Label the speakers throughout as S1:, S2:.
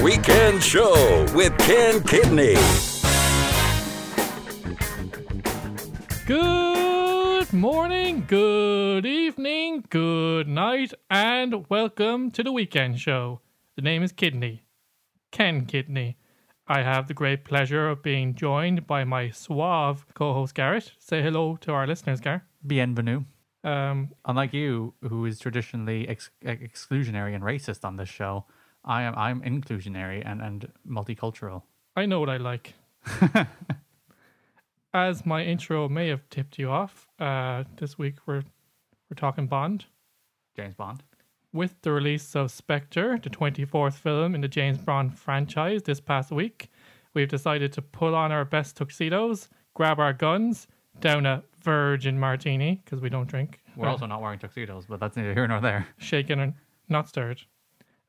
S1: Weekend Show with Ken Kidney.
S2: Good morning, good evening, good night, and welcome to the weekend show. The name is Kidney, Ken Kidney. I have the great pleasure of being joined by my suave co host Garrett. Say hello to our listeners, Gar.
S3: Bienvenue.
S2: Um,
S3: Unlike you, who is traditionally ex- ex- exclusionary and racist on this show, I am I'm inclusionary and, and multicultural.
S2: I know what I like. As my intro may have tipped you off, uh, this week we're we're talking Bond.
S3: James Bond.
S2: with the release of Spectre, the 24th film in the James Bond franchise this past week, we've decided to pull on our best tuxedos, grab our guns, down a virgin martini, because we don't drink,
S3: We're also not wearing tuxedos, but that's neither here nor there.
S2: shaken and not stirred,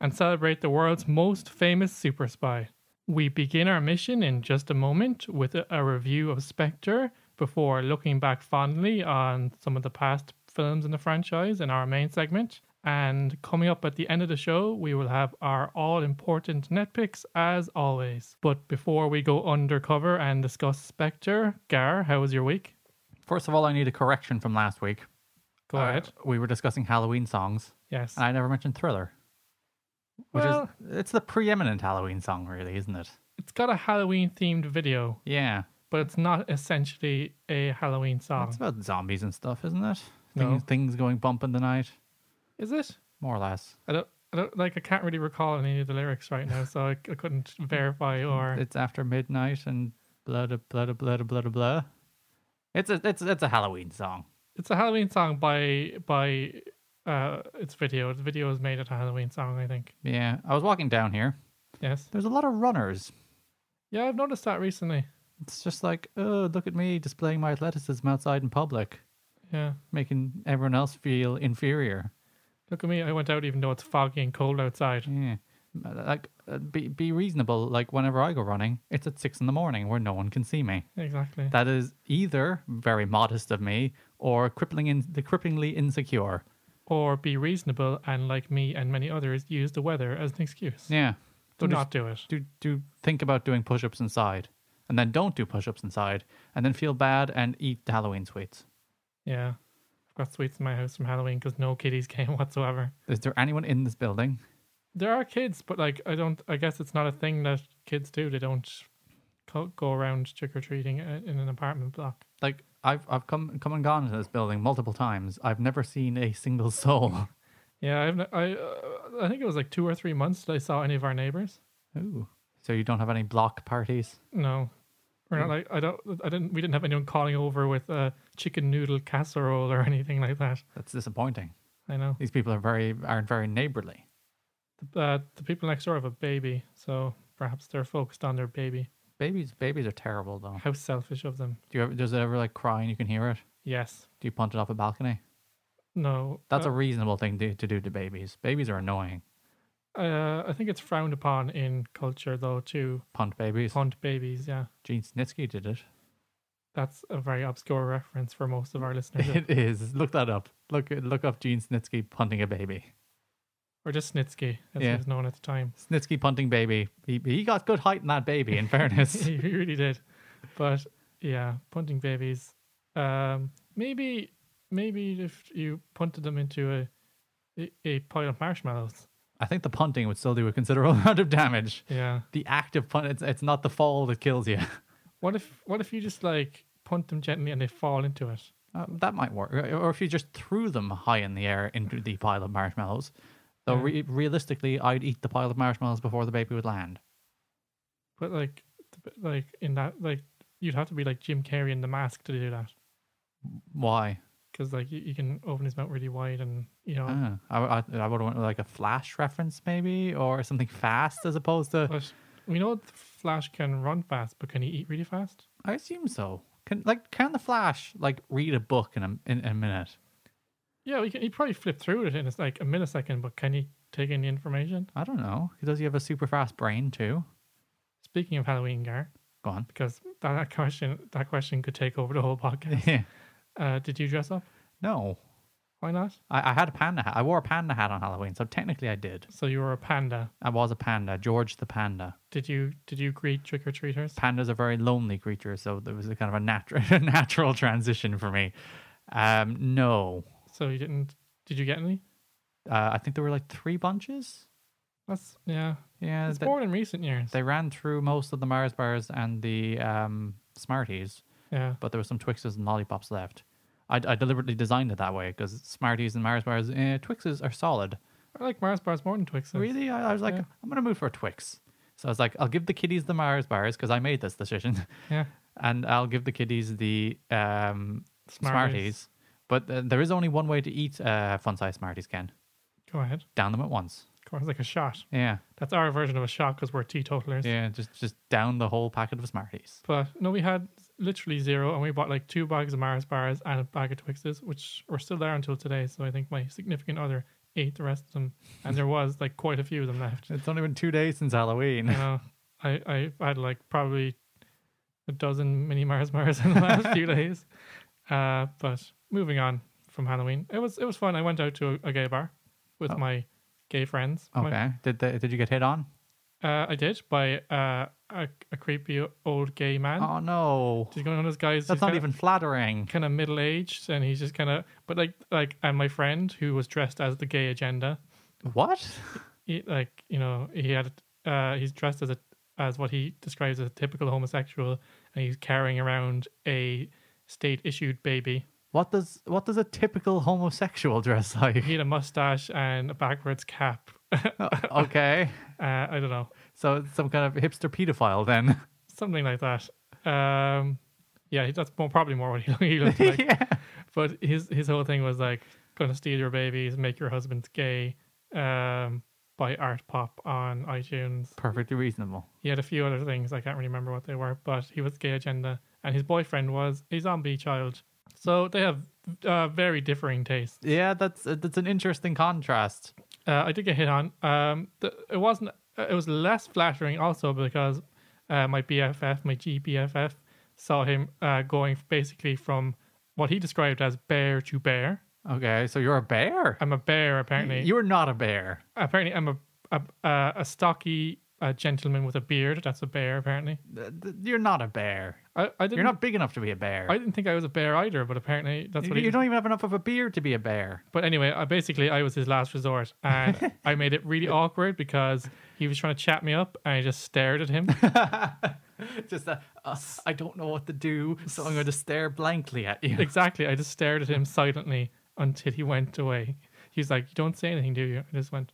S2: and celebrate the world's most famous super spy. We begin our mission in just a moment with a, a review of Spectre before looking back fondly on some of the past films in the franchise in our main segment. And coming up at the end of the show, we will have our all important net picks as always. But before we go undercover and discuss Spectre, Gar, how was your week?
S3: First of all, I need a correction from last week.
S2: Go
S3: Uh,
S2: ahead.
S3: We were discussing Halloween songs,
S2: Yes.
S3: and I never mentioned Thriller. Which
S2: Well-
S3: is it's the preeminent Halloween song, really, isn't it?
S2: it's got a Halloween themed video.
S3: Yeah.
S2: but it's not essentially a Halloween song,
S3: It's about zombies and stuff, isn't it?
S2: Um. No.
S3: Things things going bump in the night.
S2: is it?
S3: More or less.
S2: I don't, I don't like. I can't really recall any of the lyrics right now, so I, c- I couldn't verify or
S3: it's after midnight and blah blah blah blah blah blah blah. blah. It's a it's it's a Halloween song.
S2: it's a Halloween song by by uh its video. The video was made at a Halloween song, I think.
S3: Yeah, I was walking down here.
S2: Yes.
S3: There's a lot of runners.
S2: Yeah, I've noticed that recently.
S3: It's just like, oh, look at me displaying my athleticism outside in public,
S2: Yeah.
S3: making everyone else feel inferior.
S2: Look at me. I went out even though it's foggy and cold outside.
S3: Yeah, like uh, be be reasonable. Like whenever I go running, it's at six in the morning where no one can see me.
S2: Exactly.
S3: That is either very modest of me or crippling in the cripplingly insecure.
S2: Or be reasonable and, like me and many others, use the weather as an excuse.
S3: Yeah,
S2: Do
S3: So just-
S2: not do it.
S3: do do think about doing push-ups inside and then don't do push-ups inside and then feel bad and eat the halloween sweets
S2: Yeah. I've got sweets in my house from Halloween because no kiddies came whatsoever.
S3: is there anyone in this building
S2: there are kids, but like I don't. I guess it's not a thing that kids do. They don't co- go around trick or treating in an apartment block.
S3: like i've i've come come and gone into this building multiple times i've never seen a single soul
S2: Yeah, I've, n- I uh, I think it was like two or three months that I saw any of our neighbors.
S3: Ooh. so you don't have any block parties
S2: No, we're
S3: Hmm.
S2: not like I don't. I didn't. We didn't have anyone calling over with a chicken noodle casserole or anything like that.
S3: that's disappointing
S2: I know.
S3: these people are very aren't very neighborly
S2: Uh, the people next door have a baby, so perhaps they're focused on their baby.
S3: babies babies are terrible though
S2: How selfish of them.
S3: do you ever does it ever like cry and you can hear it
S2: Yes.
S3: do you punt it off a balcony
S2: No.
S3: that's
S2: uh,
S3: a reasonable thing to, to do to babies babies are annoying
S2: Uh, I think it's frowned upon in culture though to
S3: punt babies
S2: punt babies. Yeah.
S3: gene snitsky did it
S2: That's a very obscure reference for most of our listeners.
S3: It is. Look that up. Look look up Gene Snitsky punting a baby.
S2: or just Snitsky, as he
S3: Yeah.
S2: was known at the time.
S3: Snitsky punting baby. He, he got good height in that baby. In fairness,
S2: he really did. But yeah, punting babies. Um, maybe maybe if you punted them into a a, a pile of marshmallows.
S3: I think the punting would still do a considerable amount of damage.
S2: Yeah.
S3: The act of punt. It's, it's not the fall that kills you.
S2: What if what if you just like punt them gently and they fall into it?
S3: Uh, that might work. Or if you just threw them high in the air into the pile of marshmallows. Though re- realistically, I'd eat the pile of marshmallows before the baby would land.
S2: But like th- like in that like you'd have to be like Jim Carrey in the mask to do that.
S3: Why?
S2: Because like you, you can open his mouth really wide and you know
S3: Ah, I, I, I would have went with like a flash reference maybe, or something fast as opposed to.
S2: But we know the Flash can run fast, but can he eat really fast?
S3: I assume so. Can like can the Flash like read a book in a in, a minute?
S2: Yeah, he can. He probably flip through it in it's like a millisecond, but can he take in the information?
S3: I don't know. Does he have a super fast brain too?
S2: Speaking of Halloween, Gar,
S3: Go on.
S2: because that, that question that question could take over the whole podcast.
S3: Yeah.
S2: Uh, did you dress up?
S3: no,
S2: Why not?
S3: I, I had a panda hat. I wore a panda hat on Halloween, so technically I did.
S2: So you were a panda.
S3: I was a panda, George the panda.
S2: Did you did you greet trick or treaters?
S3: Pandas are very lonely creatures, so there was a kind of a natural natural transition for me. Um, no,
S2: So you didn't. Did you get any?
S3: uh, I think there were like three bunches.
S2: That's yeah.
S3: Yeah,
S2: It's
S3: they,
S2: more than recent years.
S3: they ran through most of the Mars bars and the um, Smarties,
S2: yeah.
S3: but there were some Twixes and lollipops left. I, I deliberately designed it that way because Smarties and Mars bars, eh, Twixes are solid.
S2: I like Mars bars more than Twixes.
S3: Really, I, I was like,
S2: Yeah.
S3: I'm gonna move for a Twix. So I was like, I'll give the kiddies the Mars bars because I made this decision,
S2: Yeah.
S3: and I'll give the kiddies the um, Smarties.
S2: Smarties.
S3: But uh, there is only one way to eat uh, fun size Smarties, Ken.
S2: Go ahead.
S3: Down them at once.
S2: Go on, like a shot.
S3: Yeah,
S2: That's our version of a shot because we're teetotalers.
S3: yeah. Just just down the whole packet of Smarties.
S2: But no, we had literally zero, and we bought like two bags of Mars bars and a bag of Twixes, which were still there until today. So I think my significant other ate the rest of them, and there was like quite a few of them left.
S3: It's only been two days since Halloween.
S2: You know, I I had like probably a dozen mini Mars bars in the last few days. Uh, but moving on from Halloween, it was it was fun. I went out to a, a gay bar with my gay friends. My-
S3: Oh. Okay. Did they, did you get hit on?
S2: uh, I did by uh, a, a creepy old gay man.
S3: Oh no,
S2: He's going on those guys. uh,
S3: that's
S2: he's
S3: not
S2: kinda-
S3: even flattering.
S2: kind of middle aged and he's just kind of but like like and my friend who was dressed as the gay agenda
S3: What?
S2: he, like you know he had uh he's dressed as a as what he describes as a typical homosexual and he's carrying around a state issued baby
S3: What does what does a typical homosexual dress like?
S2: he had a mustache and a backwards cap uh,
S3: okay,
S2: i don't know
S3: so it's some kind of hipster pedophile then.
S2: something like that um yeah that's more, probably more what he, he looked like
S3: yeah.
S2: but his his whole thing was like gonna steal your babies make your husband's gay um buy art pop on itunes
S3: Perfectly reasonable.
S2: he had a few other things i can't remember what they were but he was gay agenda and his boyfriend was a zombie child so they have uh, very differing tastes
S3: Yeah, that's uh, that's an interesting contrast.
S2: uh, i did get hit on um th- it wasn't uh, it was less flattering also because uh, my bff my gbff saw him uh, going basically from what he described as bear to bear
S3: Okay, so you're a bear.
S2: i'm a bear apparently
S3: You're not a bear.
S2: apparently I'm a a, a, a stocky uh, gentleman with a beard. That's a bear, apparently.
S3: Th- th- You're not a bear.
S2: I, I didn't.
S3: You're not big enough to be a bear.
S2: I didn't think I was a bear either, but apparently that's
S3: you,
S2: what he.
S3: you
S2: did.
S3: don't even have enough of a beard to be a bear.
S2: But anyway, I basically I was his last resort, and I made it really awkward because he was trying to chat me up, and I just stared at him.
S3: Just that uh, I don't know what to do, so I'm going to stare blankly at you.
S2: exactly, I just stared at him silently until he went away. He's like, "You don't say anything, do you?" I just went,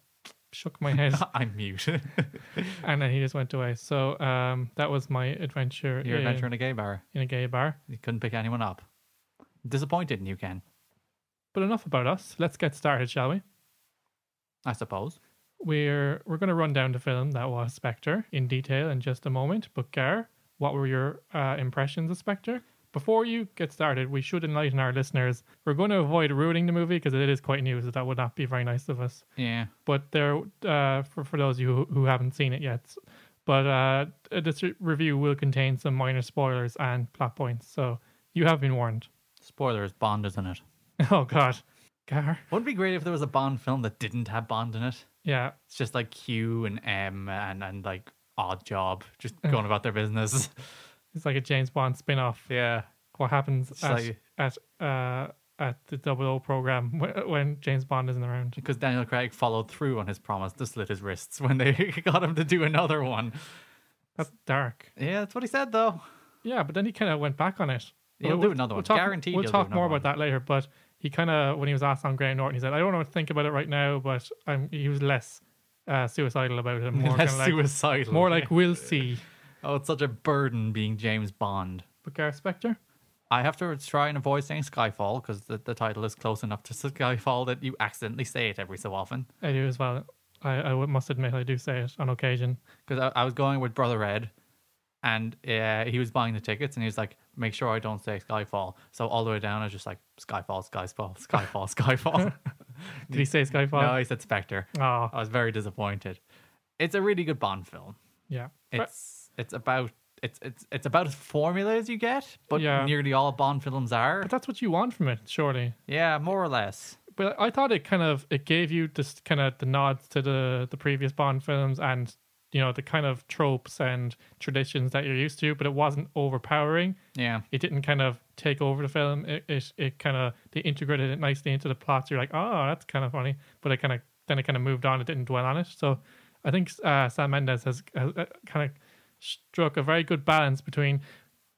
S2: shook my head,
S3: I'm mute.
S2: and then he just went away. So um, that was my adventure.
S3: Your
S2: in-
S3: adventure in a gay bar.
S2: in a gay bar.
S3: You couldn't pick anyone up. Disappointed in you, Ken.
S2: But enough about us. Let's get started, shall we?
S3: I suppose.
S2: We're we're going to run down the film that was Spectre in detail in just a moment. But Gar, what were your uh, impressions of Spectre? Before you get started, we should enlighten our listeners. We're going to avoid ruining the movie because it is quite new, so that would not be very nice of us.
S3: Yeah.
S2: But there, uh, for for those of you who, who haven't seen it yet, but uh, this re- review will contain some minor spoilers and plot points, so you have been warned.
S3: Spoilers, Bond is in it.
S2: Oh God, Gar,
S3: Wouldn't it be great if there was a Bond film that didn't have Bond in it?
S2: yeah,
S3: It's just like Q and M and, and like Odd Job just going about their business.
S2: it's like a James Bond spin off.
S3: Yeah.
S2: what happens
S3: It's
S2: at,
S3: like-
S2: at uh at the double O program wh- when James Bond isn't around.
S3: Because Daniel Craig followed through on his promise to slit his wrists when they got him to do another one.
S2: That's dark.
S3: Yeah, that's what he said though.
S2: Yeah, but then he kind of went back on it.
S3: He'll do another one.
S2: Talk,
S3: Guaranteed
S2: We'll
S3: he'll do
S2: talk
S3: another
S2: more
S3: one.
S2: about that later. But he kind of, when he was asked on Graham Norton, he said, "I don't know to think about it right now," but um, he was less uh, suicidal about it, and more
S3: Less
S2: kinda like,
S3: suicidal.
S2: more like we'll see.
S3: oh, it's such a burden being James Bond.
S2: But Gareth Spectre,
S3: I have to try and avoid saying Skyfall because the, the title is close enough to Skyfall that you accidentally say it every so often.
S2: I do as well. I, I would- must admit, I do say it on occasion.
S3: Because I, I was going with Brother Ed and uh, he was buying the tickets and he was like, make sure I don't say Skyfall. So all the way down, I was just like, Skyfall, Skyfall, Skyfall, Skyfall.
S2: Did he say
S3: no,
S2: Skyfall?
S3: he said Spectre.
S2: Oh,
S3: I was very disappointed. It's a really good Bond film.
S2: yeah.
S3: It's it's about it's it's it's about as formula as you get, but
S2: Yeah.
S3: nearly all Bond films are.
S2: But that's what you want from it, surely.
S3: Yeah, more or less.
S2: but I thought it kind of it gave you just kind of the nods to the the previous Bond films and you know the kind of tropes and traditions that you're used to, but it wasn't overpowering.
S3: Yeah.
S2: It didn't kind of take over the film. It it, it kind of they integrated it nicely into the plot. So you're like, oh, that's kind of funny, but it kind of then it kind of moved on. It didn't dwell on it. So I think uh, Sam Mendes has, has uh, kind of struck a very good balance between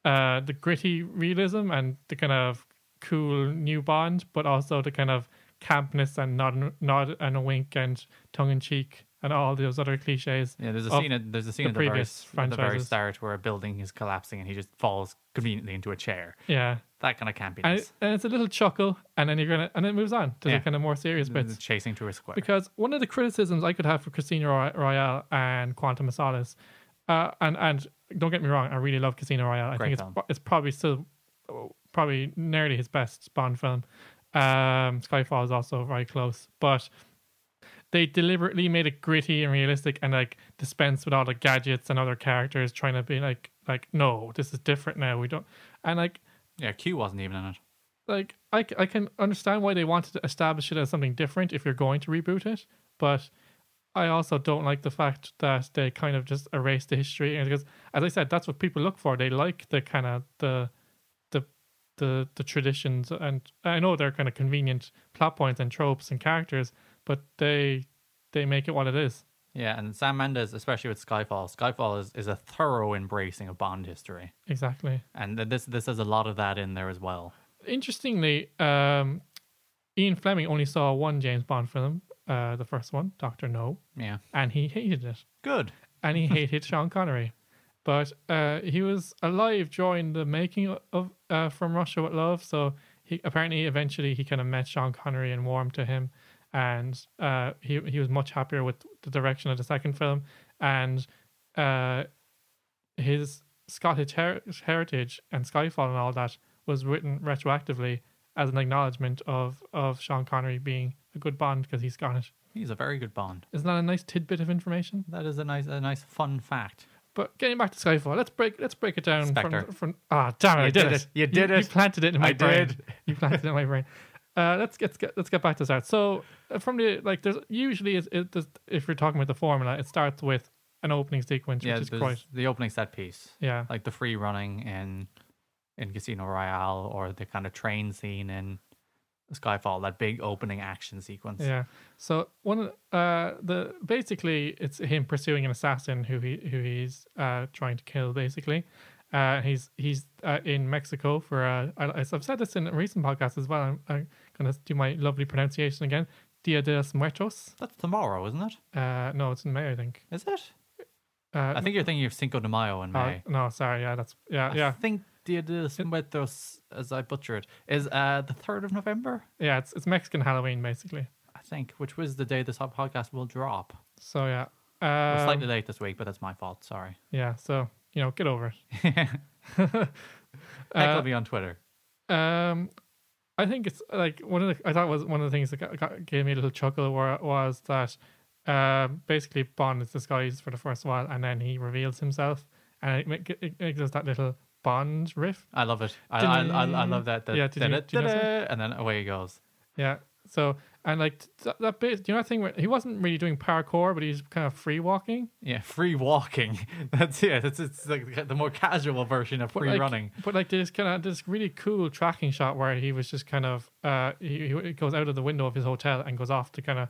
S2: uh, the gritty realism and the kind of cool new Bond, but also the kind of campness and nod, nod and a wink and tongue in cheek and all those other cliches.
S3: Yeah, there's a
S2: of-
S3: scene. At, there's a scene
S2: the
S3: at the very,
S2: previous
S3: s- at the very
S2: franchises.
S3: start where a building is collapsing and he just falls conveniently into a chair.
S2: Yeah,
S3: That kind of campiness.
S2: and, it- and it's a little chuckle, and then you're gonna, and it moves on to
S3: Yeah.
S2: the kind of more serious
S3: Th-
S2: bits.
S3: chasing through a square.
S2: Because one of the criticisms I could have for Casino Roy- Royale and Quantum of Solace, uh, and and don't get me wrong, I really love Casino Royale. I
S3: Great
S2: think it's
S3: film.
S2: pro- it's probably still oh, probably nearly his best Bond film. Um, Skyfall is also very close, but they deliberately made it gritty and realistic, and like dispense with all the gadgets and other characters trying to be like like no, this is different now. We don't and like
S3: yeah, Q wasn't even in it.
S2: like I, c- I can understand why they wanted to establish it as something different if you're going to reboot it but i also don't like the fact that they kind of just erased the history and because as i said that's what people look for they like the kind of the the the the traditions and i know they're kind of convenient plot points and tropes and characters but they they make it what it is
S3: Yeah, and Sam Mendes, especially with Skyfall, Skyfall is, is a thorough embracing of Bond history,
S2: exactly
S3: and th- this this has a lot of that in there as well.
S2: interestingly, um, Ian Fleming only saw one James Bond film, uh, the first one, Doctor No,
S3: Yeah,
S2: and he hated it,
S3: good.
S2: and he hated Sean Connery, but uh, he was alive during the making of uh, From Russia with Love, so he apparently eventually he kind of met Sean Connery and warmed to him, and uh, he he was much happier with the direction of the second film, and uh, his Scottish her- heritage and Skyfall and all that was written retroactively as an acknowledgement of of Sean Connery being a good Bond because he's Scottish.
S3: He's a very good Bond.
S2: Isn't that a nice tidbit of information?
S3: That is a nice a nice fun fact.
S2: But getting back to Skyfall, let's break let's break it down
S3: Spectre.
S2: from from ah damn it,
S3: You
S2: I did,
S3: did
S2: it.
S3: it. You did
S2: You
S3: it.
S2: planted it in my
S3: I
S2: brain.
S3: did.
S2: You planted it in my brain. Uh, let's get let's get let's get back to that. So uh, from the like, there's usually it, it does, if you're talking about the formula, it starts with an opening sequence,
S3: Yeah,
S2: which is
S3: there's
S2: quite
S3: the opening set piece,
S2: yeah
S3: like the free running in in Casino Royale, or the kind of train scene in Skyfall. That big opening action sequence.
S2: Yeah. So one of the- uh the basically it's him pursuing an assassin who he who he's uh trying to kill basically. Uh he's he's uh, in Mexico for uh I, I've said this in a recent podcast as well. I'm, I'm going to do my lovely pronunciation again. Dia de los Muertos.
S3: That's tomorrow, isn't it?
S2: Uh no, it's in May I think.
S3: Is it?
S2: Uh
S3: I think you're thinking of Cinco de Mayo in May.
S2: uh, no, sorry. Yeah, that's yeah,
S3: I
S2: yeah.
S3: think Dia de los Muertos, as I butcher it, is uh, the 3rd of November,
S2: Yeah, it's it's Mexican Halloween basically.
S3: I think, which was the day this ho- podcast will drop.
S2: So yeah.
S3: We're
S2: Uh
S3: slightly late this week, but that's my fault. Sorry.
S2: yeah, so you know, get over it.
S3: Heckle me on Twitter.
S2: Um, I think it's like one of the I thought was one of the things that got, got, gave me a little chuckle were, was that um, basically Bond is disguised for the first while and then he reveals himself and it, make, it, it gives that little Bond riff.
S3: I love it. I, I, I, I love that. that
S2: Yeah, did you- did you know
S3: da-da, and then away he goes.
S2: Yeah. So and like that, that bit, you know, that thing where he wasn't really doing parkour, but he's kind of free walking,
S3: Yeah, free walking. That's it. That's it's like the more casual version of
S2: but
S3: free
S2: like,
S3: running.
S2: But like this kind of this really cool tracking shot where he was just kind of uh he, he goes out of the window of his hotel and goes off to kind of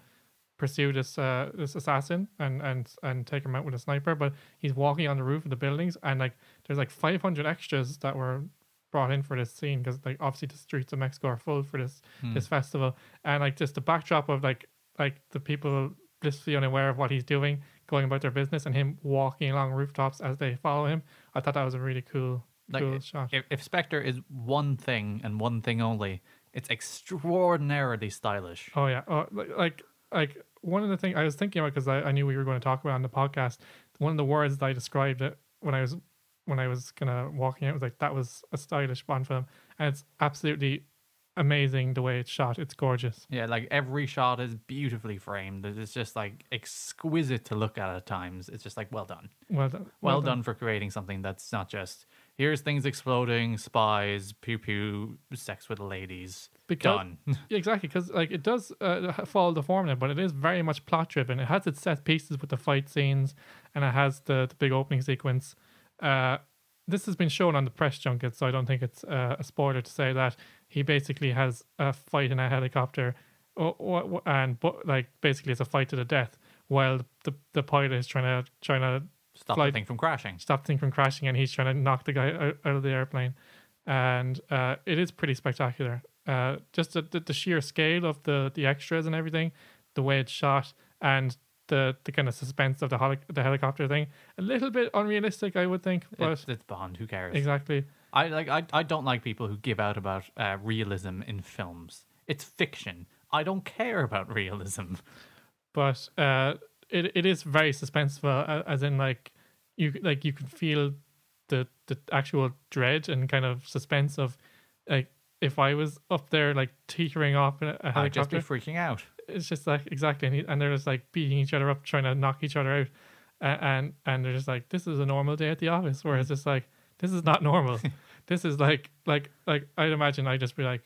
S2: pursue this uh, this assassin and and and take him out with a sniper. But he's walking on the roof of the buildings, and like there's like 500 extras that were brought in for this scene because like obviously the streets of Mexico are full for this this festival, and like just the backdrop of like like the people blissfully unaware of what he's doing, going about their business, and him walking along rooftops as they follow him. I thought that was a really cool.
S3: Like,
S2: cool
S3: i-
S2: shot.
S3: If, if Spectre is one thing and one thing only, it's extraordinarily stylish.
S2: Oh yeah, oh, li- like like one of the things I was thinking about because I, I knew we were going to talk about it on the podcast. One of the words that I described it when I was when I was kind of walking out was like that was a stylish Bond film, and it's absolutely amazing the way it's shot. It's gorgeous.
S3: Yeah, like every shot is beautifully framed. It's just like exquisite to look at at times. It's just like well done.
S2: Well done.
S3: Well, done. for creating something that's not just here's things exploding, spies, pew pew, sex with ladies.
S2: because
S3: Done.
S2: Yeah, exactly because like it does uh, follow the formula, but it is very much plot driven. It has its set pieces with the fight scenes, and it has the, the big opening sequence. Uh, this has been shown on the press junket, so I don't think it's uh, a spoiler to say that he basically has a fight in a helicopter, or, or, and but like basically it's a fight to the death while the the pilot is trying to trying to
S3: Stop
S2: Flight-
S3: the thing from crashing.
S2: stop the thing from crashing and he's trying to knock the guy out, out of the airplane and uh, it is pretty spectacular uh, just the, the, the sheer scale of the, the extras and everything the way it's shot and the, the kind of suspense of the, holi- the helicopter thing a little bit unrealistic i would think but
S3: It's, it's Bond. Who cares?
S2: exactly
S3: I like. I, I don't like people who give out about uh, realism in films. It's fiction. I don't care about realism.
S2: but uh, it, it is very suspenseful a- as in like you like you can feel the the actual dread and kind of suspense of like if I was up there like teetering off in a, a
S3: I'd just
S2: helicopter,
S3: be freaking out.
S2: it's just like exactly and, he, and they're just like beating each other up trying to knock each other out A- and and they're just like this is a normal day at the office whereas it's like this is not normal this is like like like i'd imagine i'd just be like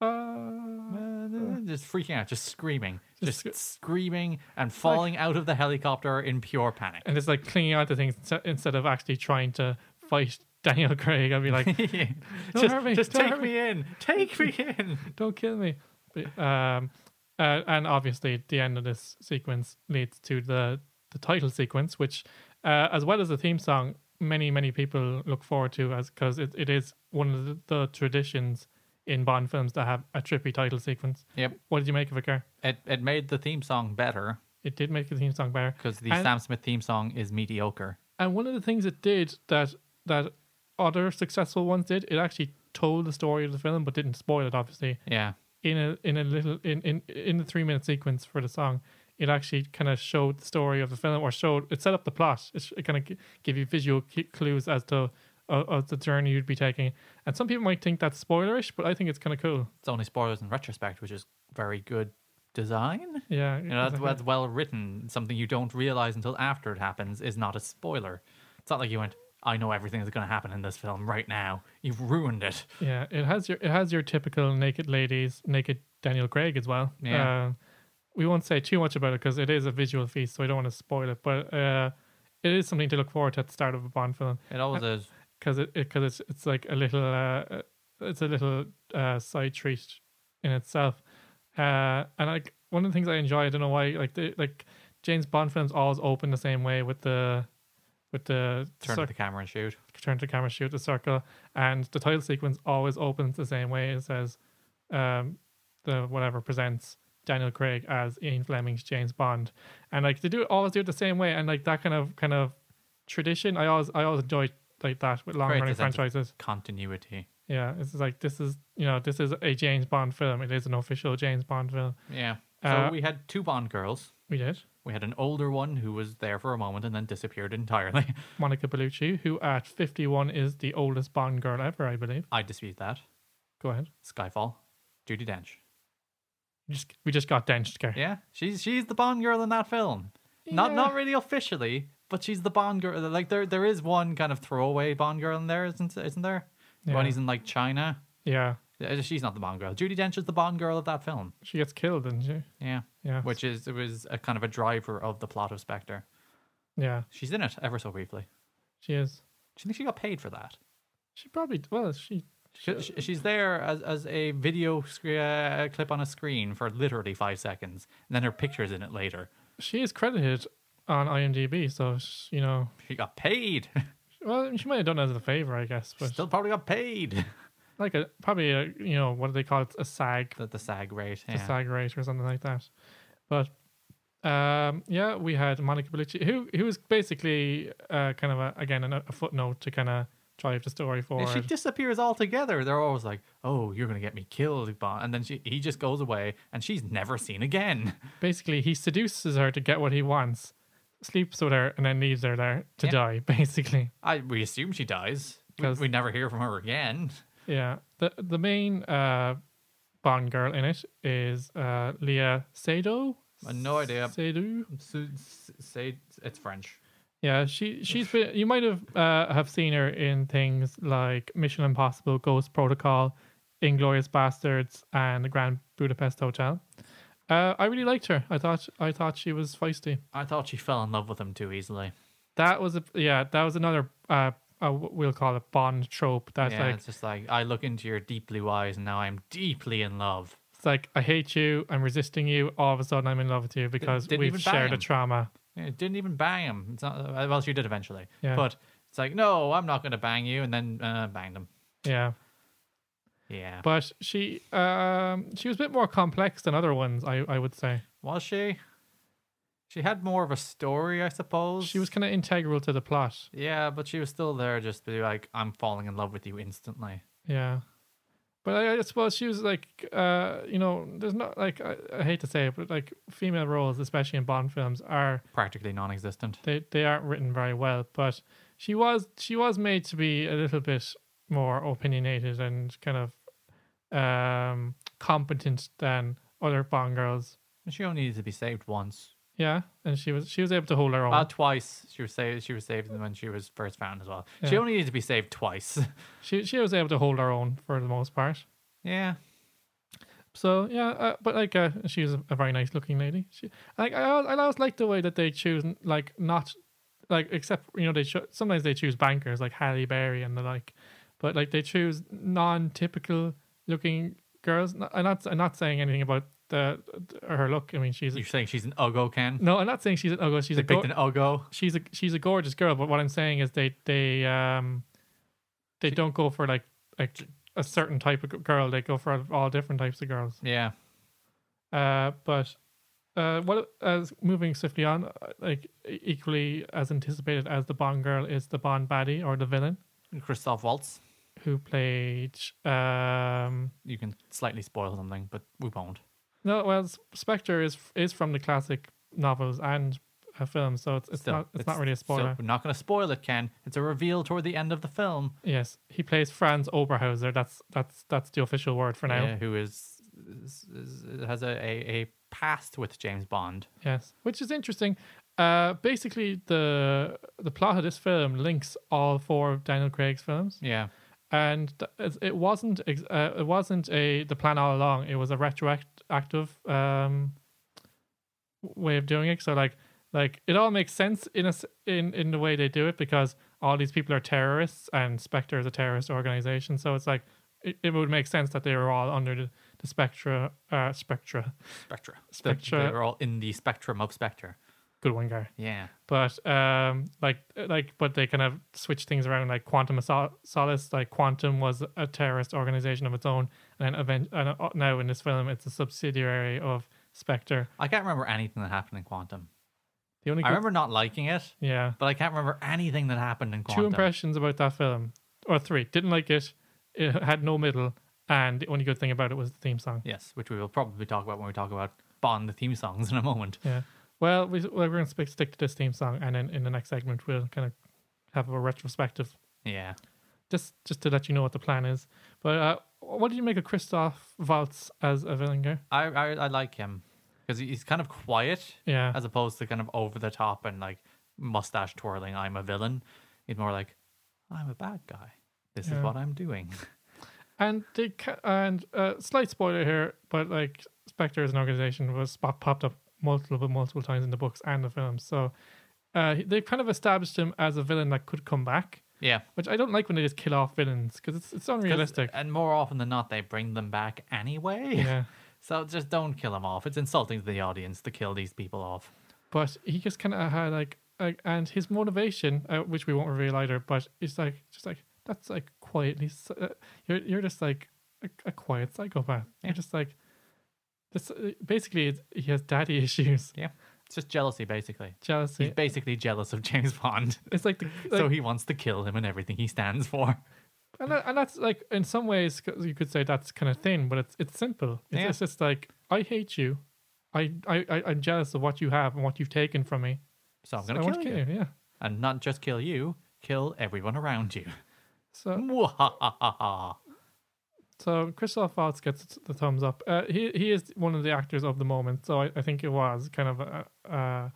S2: uh,
S3: Just freaking out, just screaming,
S2: Just
S3: just, screaming and falling out of the helicopter in pure panic.
S2: and it's like clinging on to things inse- instead of actually trying to fight daniel craig i'd be like
S3: Yeah.
S2: Don't
S3: just
S2: hurt me,
S3: just
S2: don't
S3: take
S2: hurt me.
S3: me in, take me in.
S2: don't kill me But, um uh, and obviously the end of this sequence leads to the the title sequence which uh, as well as the theme song many many people look forward to as because it, it is one of the, the traditions in bond films to have a trippy title sequence
S3: Yep,
S2: what did you make of it Gar?
S3: it it made the theme song better
S2: it did make the theme song better
S3: because the
S2: And-
S3: Sam Smith theme song is mediocre.
S2: and one of the things it did that that other successful ones did it actually told the story of the film but didn't spoil it obviously
S3: Yeah,
S2: in a in a little in in in the three minute sequence for the song it actually kind of showed the story of the film or showed it set up the plot it, sh- it kind of g- give you visual c- clues as to uh, of the journey you'd be taking and some people might think that's spoilerish but i think it's kind of cool
S3: it's only spoilers in retrospect, which is very good design.
S2: yeah
S3: You know, that's,
S2: exactly.
S3: that's well written. Something you don't realize until after it happens is not a spoiler. It's not like you went, I know everything that's going to happen in this film right now. You've ruined it.
S2: yeah it has your it has your typical naked ladies naked daniel craig as well
S3: Yeah.
S2: Um, we won't say too much about it because it is a visual feast so i don't want to spoil it but uh it is something to look forward to at the start of a bond film
S3: It always is.
S2: because it because it's it's like a little uh, uh, it's a little uh, side treat in itself. Uh, and like one of the things I enjoy, I don't know why, like the like James Bond films always open the same way with the with the
S3: Turn
S2: cir-
S3: to the camera and shoot.
S2: turn to the camera, shoot the circle, and the title sequence always opens the same way. It says, um, the whatever presents Daniel Craig as Ian Fleming's James Bond, and like they do always do it the same way, and like that kind of kind of tradition, I always I always enjoy like that with long
S3: Creates
S2: running
S3: a sense of-
S2: franchises.
S3: Continuity.
S2: Yeah, it's like this is you know this is a James Bond film. It is an official James Bond film.
S3: Yeah. So
S2: Uh,
S3: we had two Bond girls.
S2: We did
S3: We had an older one who was there for a moment and then disappeared entirely.
S2: Monica Bellucci, who at fifty one is the oldest Bond girl ever, I believe.
S3: I dispute that.
S2: Go ahead.
S3: Skyfall. Judy Dench.
S2: We just we just got denched, Gary.
S3: Yeah. She's she's the Bond girl in that film. Not
S2: Yeah.
S3: not really officially, but she's the Bond girl. Like there there is one kind of throwaway Bond girl in there, isn't isn't there?
S2: Yeah.
S3: When he's in like China.
S2: yeah.
S3: Uh, She's not the Bond girl. Judy Dench is the Bond girl of that film.
S2: She gets killed, didn't she?
S3: Yeah.
S2: Yeah.
S3: Which is it was a kind of a driver of the plot of Spectre.
S2: Yeah,
S3: She's in it ever so briefly.
S2: she is.
S3: Do you think she got paid for that?
S2: She probably well, she
S3: She, she- she's there as, as a video sc- uh, clip on a screen for literally five seconds, and then her picture's in it later.
S2: she is credited on IMDb, so sh you know,
S3: She got paid.
S2: well, she might have done it as a favor, I guess, but
S3: Still probably got paid.
S2: like a probably a you know what do they call it a SAG,
S3: The, the SAG rate.
S2: a
S3: Yeah.
S2: SAG rate or something like that. But um, yeah, we had Monica Bellucci, who who was basically uh, kind of a, again an, a footnote to kind of drive the story
S3: And she
S2: forward.
S3: disappears altogether. They're always like, "Oh, you're gonna get me killed, Bond," and then she he just goes away, and she's never seen again.
S2: basically, he seduces her to get what he wants, sleeps with her, and then leaves her there to
S3: Yeah.
S2: die. Basically,
S3: I we assume she dies. We,
S2: 'Cause-
S3: we never hear from her again.
S2: Yeah. The the main uh Bond girl in it is uh Leah Sado.
S3: I've no idea.
S2: Seydoux?
S3: So, say it's French.
S2: Yeah, she she's been you might have uh have seen her in things like Mission Impossible, Ghost Protocol, Inglorious Bastards and The Grand Budapest Hotel. Uh, I really liked her. I thought I thought she was feisty.
S3: I thought she fell in love with him too easily.
S2: That was a yeah. That was another uh, uh we'll call it Bond trope. That's
S3: yeah,
S2: like
S3: it's just like I look into your deeply wise, and now I'm deeply in love.
S2: it's like I hate you. I'm resisting you. All of a sudden, I'm in love with you because
S3: didn't
S2: we've
S3: even bang
S2: shared a
S3: him.
S2: trauma.
S3: Yeah, didn't even bang him. It's not uh, well, she did eventually,
S2: Yeah.
S3: but it's like no, I'm not going to bang you, and then uh, banged him.
S2: Yeah,
S3: Yeah,
S2: but she um she was a bit more complex than other ones. I I would say
S3: was she? She had more of a story, I suppose.
S2: she was kind of integral to the plot.
S3: Yeah, but she was still there just to be like, I'm falling in love with you instantly.
S2: Yeah. But I, I suppose she was like, uh, you know, there's not like I, I hate to say it, but like female roles, especially in Bond films, are
S3: Practically non existent.
S2: they they aren't written very well. But she was she was made to be a little bit more opinionated and kind of um, competent than other Bond girls.
S3: She only needed to be saved once.
S2: Yeah, and she was she was able to hold her own.
S3: Uh, twice. She was saved she was saved when she was first found as well. She
S2: Yeah.
S3: only needed to be saved twice.
S2: she she was able to hold her own for the most part.
S3: yeah.
S2: So yeah, uh, but like uh, she was a, a very nice looking lady. She like I always, I always like the way that they choose like not like except you know they cho- sometimes they choose bankers like Halle Berry and the like, but like they choose non typical looking girls. No, I'm not I'm not saying anything about the, the- her look. I mean she's
S3: You're saying she's an Ugo Ken?
S2: no, I'm not saying she's an ugly. She's
S3: They
S2: a go-
S3: picked an Ugo.
S2: she's a she's a gorgeous girl. But what I'm saying is they they um they don't go for like like a certain type of g- girl. They go for all different types of girls.
S3: Yeah.
S2: Uh, but uh, what as moving swiftly on, uh, like e- equally as anticipated as the Bond girl is the Bond baddie or the villain
S3: Christoph Waltz.
S2: who played um
S3: You can slightly spoil something, but we won't.
S2: no well S- Spectre is is from the classic novels and uh, films, so it's it's
S3: Still,
S2: not it's, not really a
S3: still-
S2: spoiler.
S3: we're not going to spoil it, Ken. It's a reveal toward the end of the film.
S2: yes, he plays Franz Oberhauser. That's that's that's the official word for now.
S3: Yeah, who is, is, is has a, a, a past with James Bond.
S2: Yes, which is interesting. Uh, basically, the the plot of this film links all four of Daniel Craig's films.
S3: Yeah.
S2: and th- it's- it wasn't ex- uh, it wasn't a the plan all along. It was a retroactive um, way of doing it. So like like it all makes sense in a s in in the way they do it because all these people are terrorists and Spectre is a terrorist organization. So it's like it, it would make sense that they were all under the, the Spectra uh, Spectra.
S3: Spectra.
S2: Spectra.
S3: They're all in the spectrum of Spectre.
S2: Good one, Gar.
S3: Yeah.
S2: But um, like like but they kind of switch things around. Like Quantum of Sol- Solace, like Quantum was a terrorist organization of its own, and then event- and uh, now in this film, it's a subsidiary of Spectre.
S3: I can't remember anything that happened in Quantum.
S2: The only
S3: I
S2: good-
S3: remember not liking it,
S2: yeah,
S3: but I can't remember anything that happened in Quantum.
S2: two impressions about that film, or three. Didn't like it. It had no middle, and the only good thing about it was the theme song.
S3: Yes, which we will probably talk about when we talk about Bond the theme songs in a moment.
S2: Yeah. Well, we, well, we're going to stick stick to this theme song, and then in the next segment, we'll kind of have a retrospective
S3: Yeah.
S2: just just to let you know what the plan is. But uh, what did you make of Christoph Waltz as a villain? Gar?
S3: I I, I like him because he's kind of quiet
S2: Yeah,
S3: as opposed to kind of over the top and like mustache twirling. I'm a villain. He's more like I'm a bad guy. This
S2: Yeah.
S3: is what I'm doing.
S2: and they ca- and uh, slight spoiler here, but like Spectre as an organization was pop- popped up multiple multiple times in the books and the films, so. Uh, they kind of established him as a villain that could come back,
S3: Yeah. 'Cause-
S2: which I don't like when they just kill off villains because it's it's unrealistic.
S3: And more often than not, they bring them back anyway.
S2: yeah,
S3: So just don't kill them off. It's insulting to the audience to kill these people off.
S2: but he just kind of had like, like, and his motivation, uh, which we won't reveal either, but it's like just like that's like quietly, s- uh, you're you're just like a, a quiet psychopath. You're just like, this uh, basically it's, he has daddy issues,
S3: Yeah. It's just jealousy, basically.
S2: jealousy.
S3: He's basically jealous of James Bond.
S2: it's like, the, like
S3: so he wants to kill him and everything he stands for.
S2: and, that, and that's like in some ways 'cause you could say that's kind of thin, but it's it's simple. It's,
S3: Yeah.
S2: it's just like I hate you. I, I, I, I'm jealous of what you have and what you've taken from me.
S3: So I'm
S2: So I
S3: going to
S2: want
S3: kill, you.
S2: Yeah.
S3: And not just kill you, kill everyone around you.
S2: So
S3: Hmm. Mwahahaha.
S2: So Christoph Waltz gets the thumbs up. Uh, he he is one of the actors of the moment, so I, I think it was kind of a, a,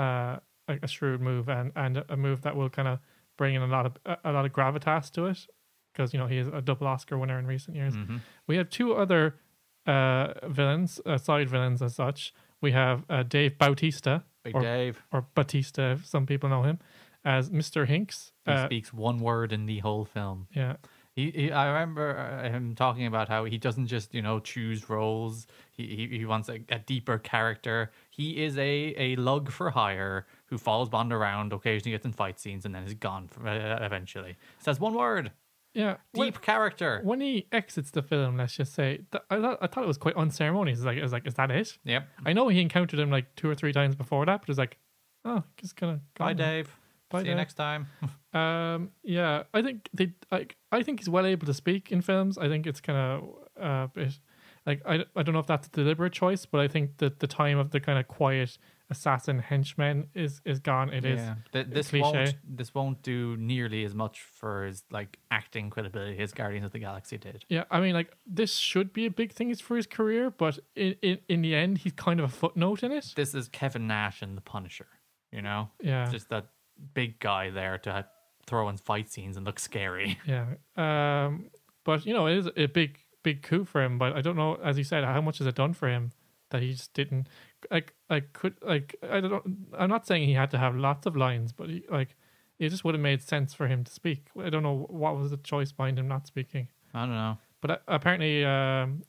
S2: a, a shrewd move and, and a move that will kind of bring in a lot of a, a lot of gravitas to it because you know he is a double Oscar winner in recent years.
S3: Mm-hmm.
S2: We have two other uh, villains, uh, side villains as such. We have uh, Dave Bautista,
S3: Big
S2: or,
S3: Dave.
S2: or Batista, if some people know him as Mr. Hinks.
S3: He
S2: Uh,
S3: speaks one word in the whole film.
S2: yeah,
S3: He, he, I remember uh, him talking about how he doesn't just you know choose roles. He he, he wants a, a deeper character. He is a a lug for hire who follows Bond around, occasionally gets in fight scenes, and then is gone for, uh, eventually. Says one word.
S2: yeah. When-
S3: Deep character.
S2: When he exits the film, let's just say, th- I, thought, I thought it was quite unceremonious. Like, I was like, is that it?
S3: Yep.
S2: I know he encountered him like two or three times before that, but it's like, oh, just kind of
S3: Bye, Dave.
S2: Bye,
S3: See
S2: Dave.
S3: you next time.
S2: Um, yeah, I think they. I, I think he's well able to speak in films. I think it's kind of uh, bit, like I, I don't know if that's a deliberate choice, but I think that the time of the kind of quiet assassin henchmen is is gone. It is.
S3: Th- this
S2: cliche.
S3: won't this won't do nearly as much for his like acting credibility as Guardians of the Galaxy did.
S2: Yeah, I mean, like this should be a big thing for his career, but in in, in the end, he's kind of a footnote in it.
S3: This is Kevin Nash and the Punisher. You know,
S2: Yeah.
S3: just that big guy there to ha- throw in fight scenes and look scary.
S2: Yeah. Um, but you know, it is a big, big coup for him. But I don't know, as you said, how much has it done for him that he just didn't like, like could like I don't. know I'm not saying he had to have lots of lines, but he, like it just would have made sense for him to speak. I don't know what was the choice behind him not speaking.
S3: I don't know.
S2: But uh, apparently, um,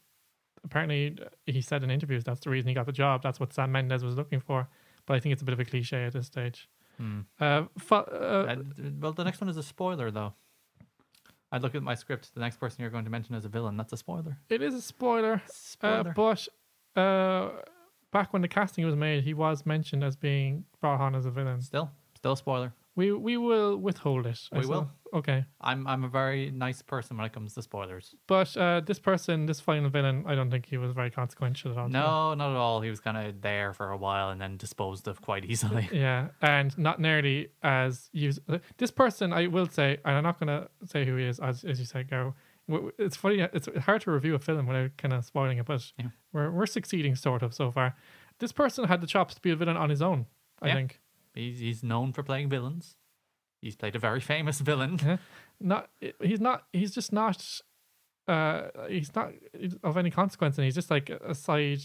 S2: apparently he said in interviews that's the reason he got the job. That's what Sam Mendes was looking for. But I think it's a bit of a cliche at this stage. Uh, fu- uh,
S3: Uh, well, the next one is a spoiler though. I look at my script. The next person you're going to mention is a villain. That's a spoiler.
S2: it is a spoiler. Uh,
S3: Spoiler.
S2: but uh, back when the casting was made, he was mentioned as being brought on as a villain.
S3: still, still spoiler.
S2: We we will withhold it. I
S3: We
S2: sup-
S3: will.
S2: Okay,
S3: I'm I'm a very nice person when it comes to spoilers.
S2: but uh, this person, this final villain, I don't think he was very consequential at all. to them.
S3: No, not at all. He was kind of there for a while and then disposed of quite easily.
S2: Yeah, and not nearly as you. This person, I will say, and I'm not gonna say who he is, as as you said, go. It's funny. It's hard to review a film without kind of spoiling it, but
S3: Yeah.
S2: we're we're succeeding sort of so far. This person had the chops to be a villain on his own. I
S3: Yeah.
S2: think.
S3: He's, he's known for playing villains. He's played a very famous villain.
S2: not he's not he's just not uh he's not of any consequence and he's just like a side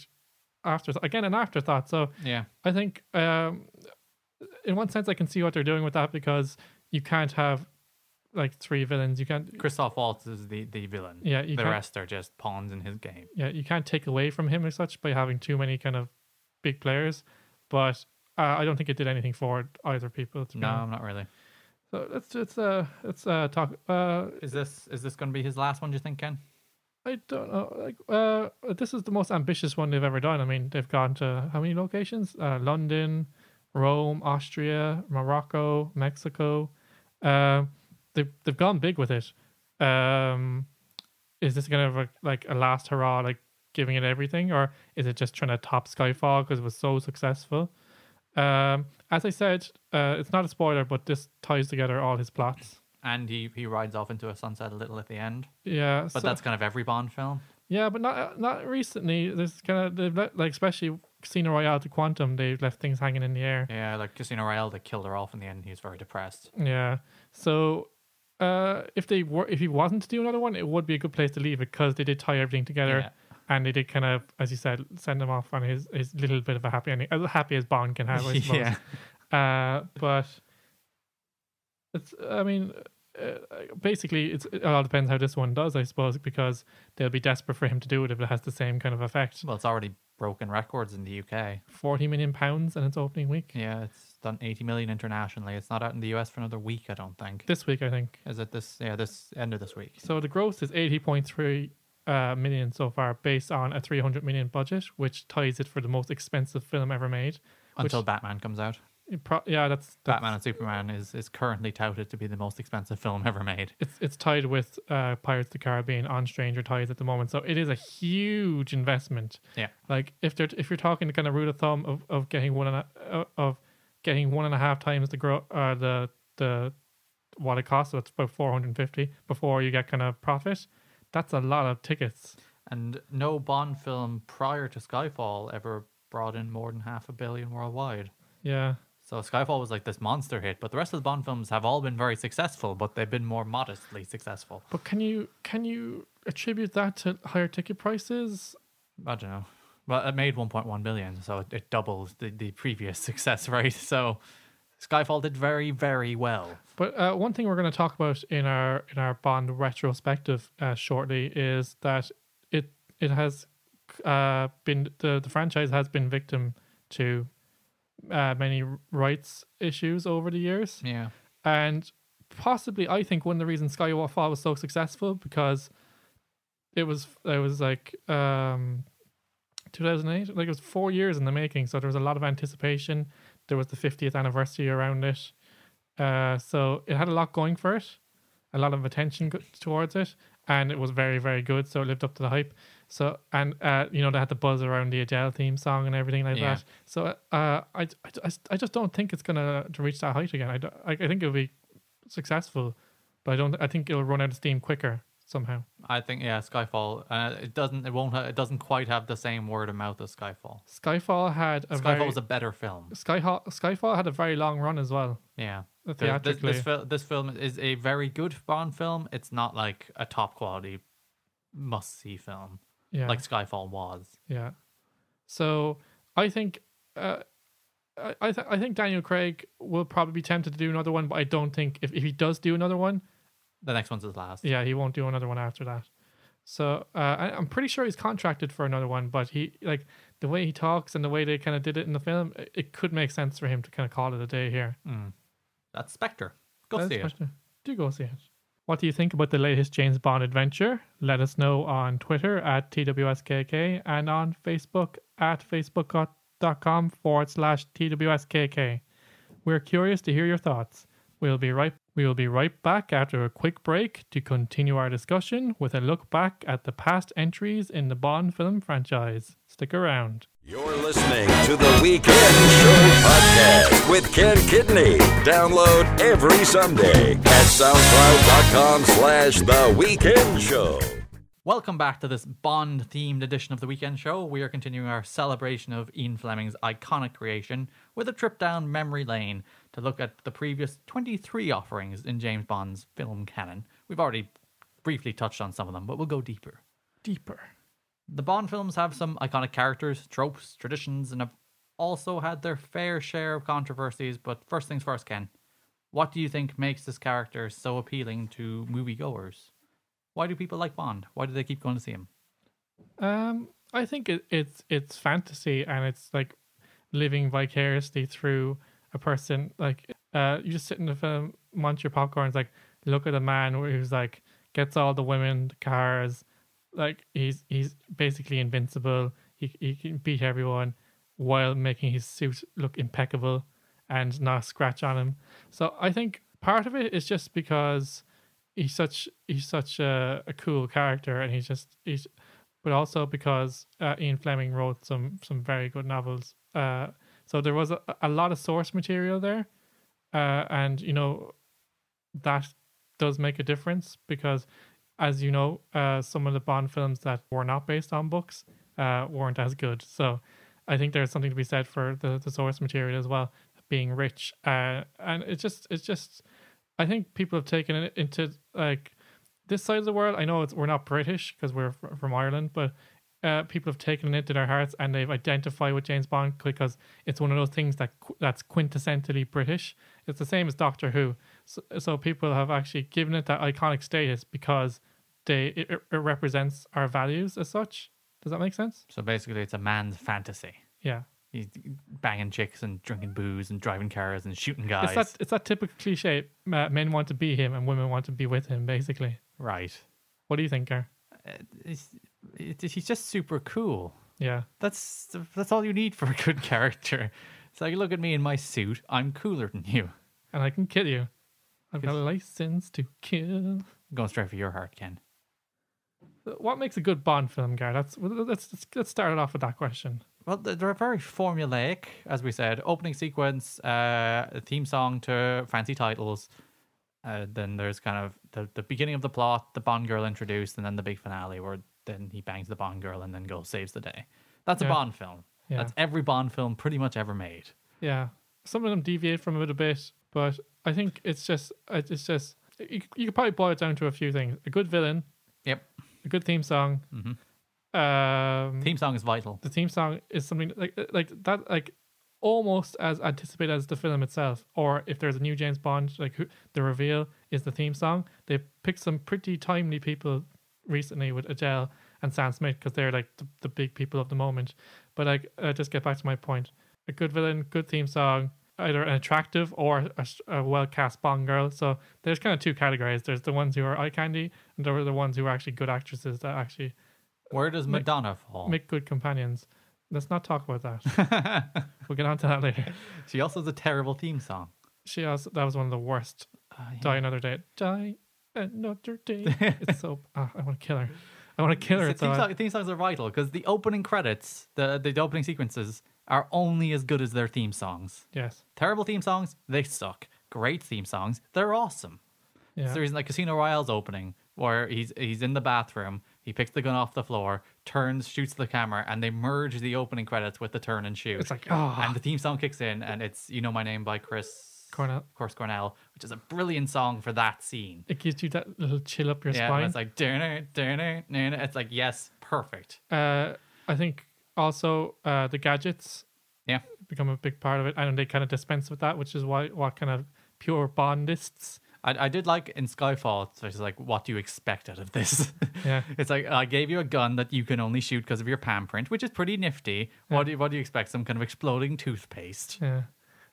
S2: after again an afterthought so
S3: yeah.
S2: i think um in one sense i can see what they're doing with that because you can't have like three villains you can't
S3: Christoph Waltz is the, the villain.
S2: Yeah, you
S3: The
S2: can't-
S3: rest are just pawns in his game.
S2: yeah you can't take away from him as such by having too many kind of big players but uh, i don't think it did anything for either people to be
S3: No,
S2: honest.
S3: I'm not really.
S2: so let's let's uh let's uh talk uh
S3: Is this is this going to be his last one? Do you think, Ken?
S2: I don't know. Like, uh, this is the most ambitious one they've ever done. I mean, they've gone to how many locations? Uh, London, Rome, Austria, Morocco, Mexico. Um, they've they've gone big with it. Um, is this kind of a, like a last hurrah, like giving it everything, or is it just trying to top Skyfall because it was so successful? Um, as I said, uh, it's not a spoiler, but this ties together all his plots.
S3: And he, he rides off into a sunset a little at the end.
S2: Yeah,
S3: But
S2: so-
S3: that's kind of every Bond film.
S2: Yeah, but not uh, not recently. There's kind of they've let, like especially Casino Royale to Quantum. They've left things hanging in the air.
S3: Yeah, like Casino Royale, they killed her off in the end. He was very depressed.
S2: Yeah. So uh, if they were if he wasn't to do another one, it would be a good place to leave it because they did tie everything together.
S3: Yeah.
S2: And they did kind of, as you said, send him off on his, his little bit of a happy ending, as happy as Bond can have, I suppose.
S3: yeah.
S2: Uh, but it's, I mean, uh, basically, it's, it all depends how this one does, I suppose, because they'll be desperate for him to do it if it has the same kind of effect.
S3: Well, it's already broken records in the UK.
S2: 40 million pounds in its opening week.
S3: Yeah, it's done 80 million internationally. It's not out in the US for another week, I don't think.
S2: This week, I think.
S3: Is it this? Yeah, this end of this week.
S2: So the gross is 80.3 uh, million so far, based on a 300 million budget, which ties it for the most expensive film ever made.
S3: Until
S2: which,
S3: Batman comes out.
S2: it pro- yeah, that's, that's
S3: Batman and Superman is, is currently touted to be the most expensive film ever made.
S2: It's it's tied with uh, Pirates of the Caribbean on Stranger Ties at the moment, so it is a huge investment.
S3: Yeah.
S2: Like if they're if you're talking the kind of rule of thumb of, of getting one and a, uh, of getting one and a half times the grow uh, the the what it costs, so that's about four hundred and fifty before you get kind of profit. That's a lot of tickets.
S3: And no Bond film prior to Skyfall ever brought in more than half a billion worldwide.
S2: Yeah.
S3: So Skyfall was like this monster hit, but the rest of the Bond films have all been very successful, but they've been more modestly successful.
S2: But can you can you attribute that to higher ticket prices?
S3: I don't know. Well, it made 1.1 billion, so it, it doubles the, the previous success, right? So Skyfall did very, very well.
S2: But uh, one thing we're going to talk about in our in our Bond retrospective uh, shortly is that it it has uh, been the the franchise has been victim to uh, many rights issues over the years.
S3: Yeah.
S2: And possibly, I think one of the reasons Skyfall was so successful because it was it was like um, 2008, like it was four years in the making. So there was a lot of anticipation. There was the 50th anniversary around it, uh, so it had a lot going for it, a lot of attention go- towards it, and it was very very good. So it lived up to the hype. So and uh, you know they had the buzz around the Adele theme song and everything like
S3: Yeah.
S2: that. So uh, I, I I I just don't think it's gonna to reach that height again. I, don't- I I think it'll be successful, but I don't. I think it'll run out of steam quicker somehow.
S3: I think yeah, Skyfall. Uh, it doesn't. It won't. Ha- it doesn't quite have the same word of mouth as Skyfall.
S2: Skyfall had a
S3: Skyfall
S2: very
S3: was a better film.
S2: Skyfall, Skyfall had a very long run as well.
S3: Yeah.
S2: Uh,
S3: Th- This,
S2: theatrically.
S3: this, fil- this film is a very good Bond film. It's not like a top quality must see film
S2: Yeah,
S3: like Skyfall was.
S2: yeah. So I think uh, I I, th- I think Daniel Craig will probably be tempted to do another one, but I don't think if, if he does do another one,
S3: The next one's his last.
S2: yeah, he won't do another one after that. So uh, I, I'm pretty sure he's contracted for another one, but he like the way he talks and the way they kind of did it in the film, it, it could make sense for him to kind of call it a day here.
S3: That's Spectre. Go
S2: That's
S3: see it.
S2: question. Do go see it. What do you think about the latest James Bond adventure? Let us know on Twitter at TWSKK and on Facebook at facebook.com forward slash TWSKK. We're curious to hear your thoughts. We'll be right we will be right back after a quick break to continue our discussion with a look back at the past entries in the Bond film franchise. Stick around.
S1: You're listening to the Weekend Show podcast with Ken Kidney. Download every Sunday at soundcloud.com slash the weekend show.
S3: Welcome back to this Bond themed edition of the Weekend Show. We are continuing our celebration of Ian Fleming's iconic creation with a trip down memory lane to look at the previous 23 offerings in James Bond's film canon. We've already briefly touched on some of them, but we'll go deeper.
S2: Deeper.
S3: The Bond films have some iconic characters, tropes, traditions, and have also had their fair share of controversies. But first things first, Ken, what do you think makes this character so appealing to moviegoers? Why do people like Bond? Why do they keep going to see him?
S2: Um, I think it, it's it's fantasy and it's like living vicariously through a person. Like, uh, you just sit in the film, munch your popcorn. It's like look at a man who's like gets all the women, the cars. Like he's he's basically invincible. He he can beat everyone while making his suit look impeccable and not a scratch on him. So I think part of it is just because he's such he's such a, a cool character and he's just he's but also because uh, Ian Fleming wrote some some very good novels. Uh, so there was a, a lot of source material there, uh, and you know that does make a difference because, as you know, uh, some of the Bond films that were not based on books uh, weren't as good. So I think there's something to be said for the, the source material as well being rich, uh, and it's just it's just I think people have taken it into like this side of the world, I know it's we're not British because we're fr- from Ireland, but uh, people have taken it to their hearts and they've identified with James Bond because it's one of those things that qu- that's quintessentially British. It's the same as Doctor Who, so, so people have actually given it that iconic status because they it, it it represents our values as such. Does that make sense?
S3: So basically, it's a man's fantasy.
S2: Yeah,
S3: He's banging chicks and drinking booze and driving cars and shooting
S2: it's
S3: guys.
S2: that it's that typical cliche. Uh, men want to be him and women want to be with him. Basically,
S3: right.
S2: what do you think, Gar?
S3: It's, it, he's just super cool.
S2: Yeah,
S3: That's that's all you need for a good character. It's like, look at me in my suit. I'm cooler than you.
S2: and I can kill you. I've got a license to kill.
S3: going straight for your heart, Ken.
S2: What makes a good Bond film, Gar? That's well, let's let's, let's start it off with that question.
S3: Well, th- they're very formulaic, as we said. Opening sequence, uh, a theme song to fancy titles. Uh, then there's kind of the, the beginning of the plot, the Bond girl introduced, and then the big finale where then he bangs the Bond girl and then goes saves the day. That's
S2: Yeah.
S3: a Bond film.
S2: Yeah.
S3: That's every Bond film pretty much ever made.
S2: Yeah, Some of them deviate from it a bit, but I think it's just it's just you, you could probably boil it down to a few things: a good villain,
S3: Yep.
S2: a good theme song. Um,
S3: Theme song is vital.
S2: the theme song is something like uh, like that like almost as anticipated as the film itself or if there's a new james bond like who, the reveal is the theme song they picked some pretty timely people recently with adele and sam smith because they're like the, the big people of the moment but like uh, just get back to my point a good villain good theme song either an attractive or a, s- a well-cast bond girl so there's kind of two categories there's the ones who are eye candy and there are the ones who are actually good actresses that actually
S3: Where does Madonna fall?
S2: make good companions. Let's not talk about that. we'll get on to that later.
S3: She also has a terrible theme song.
S2: She also that was one of the worst.
S3: Ah,
S2: Die another day. Die another day. it's so ah, I want to kill her. I want to kill her.
S3: See,
S2: It's all-
S3: theme, song, theme songs are vital because the opening credits, the, the opening sequences, are only as good as their theme songs.
S2: yes.
S3: Terrible theme songs, they suck. Great theme songs, they're awesome.
S2: Yeah.
S3: It's the reason like Casino Royale's opening, where he's he's in the bathroom, he picks the gun off the floor, turns, shoots the camera, and they merge the opening credits with the turn and shoot.
S2: It's like, ah.
S3: and the theme song kicks in, and it's "You Know My Name" by Chris
S2: Cornell.
S3: Chris Cornell, which is a brilliant song for that scene.
S2: It gives you that little chill up your
S3: Yeah, and
S2: spine.
S3: it's like dinner, dinner, dinner. It's like yes, perfect.
S2: uh, I think also uh, the gadgets
S3: Yeah,
S2: become a big part of it. I know they kind of dispense with that, which is why what kind of pure Bondists.
S3: I, I did like in Skyfall. It's just like, what do you expect out of this?
S2: Yeah.
S3: it's like I gave you a gun that you can only shoot because of your palm print, which is pretty nifty. What do you, what do you expect? Some kind of exploding toothpaste?
S2: Yeah.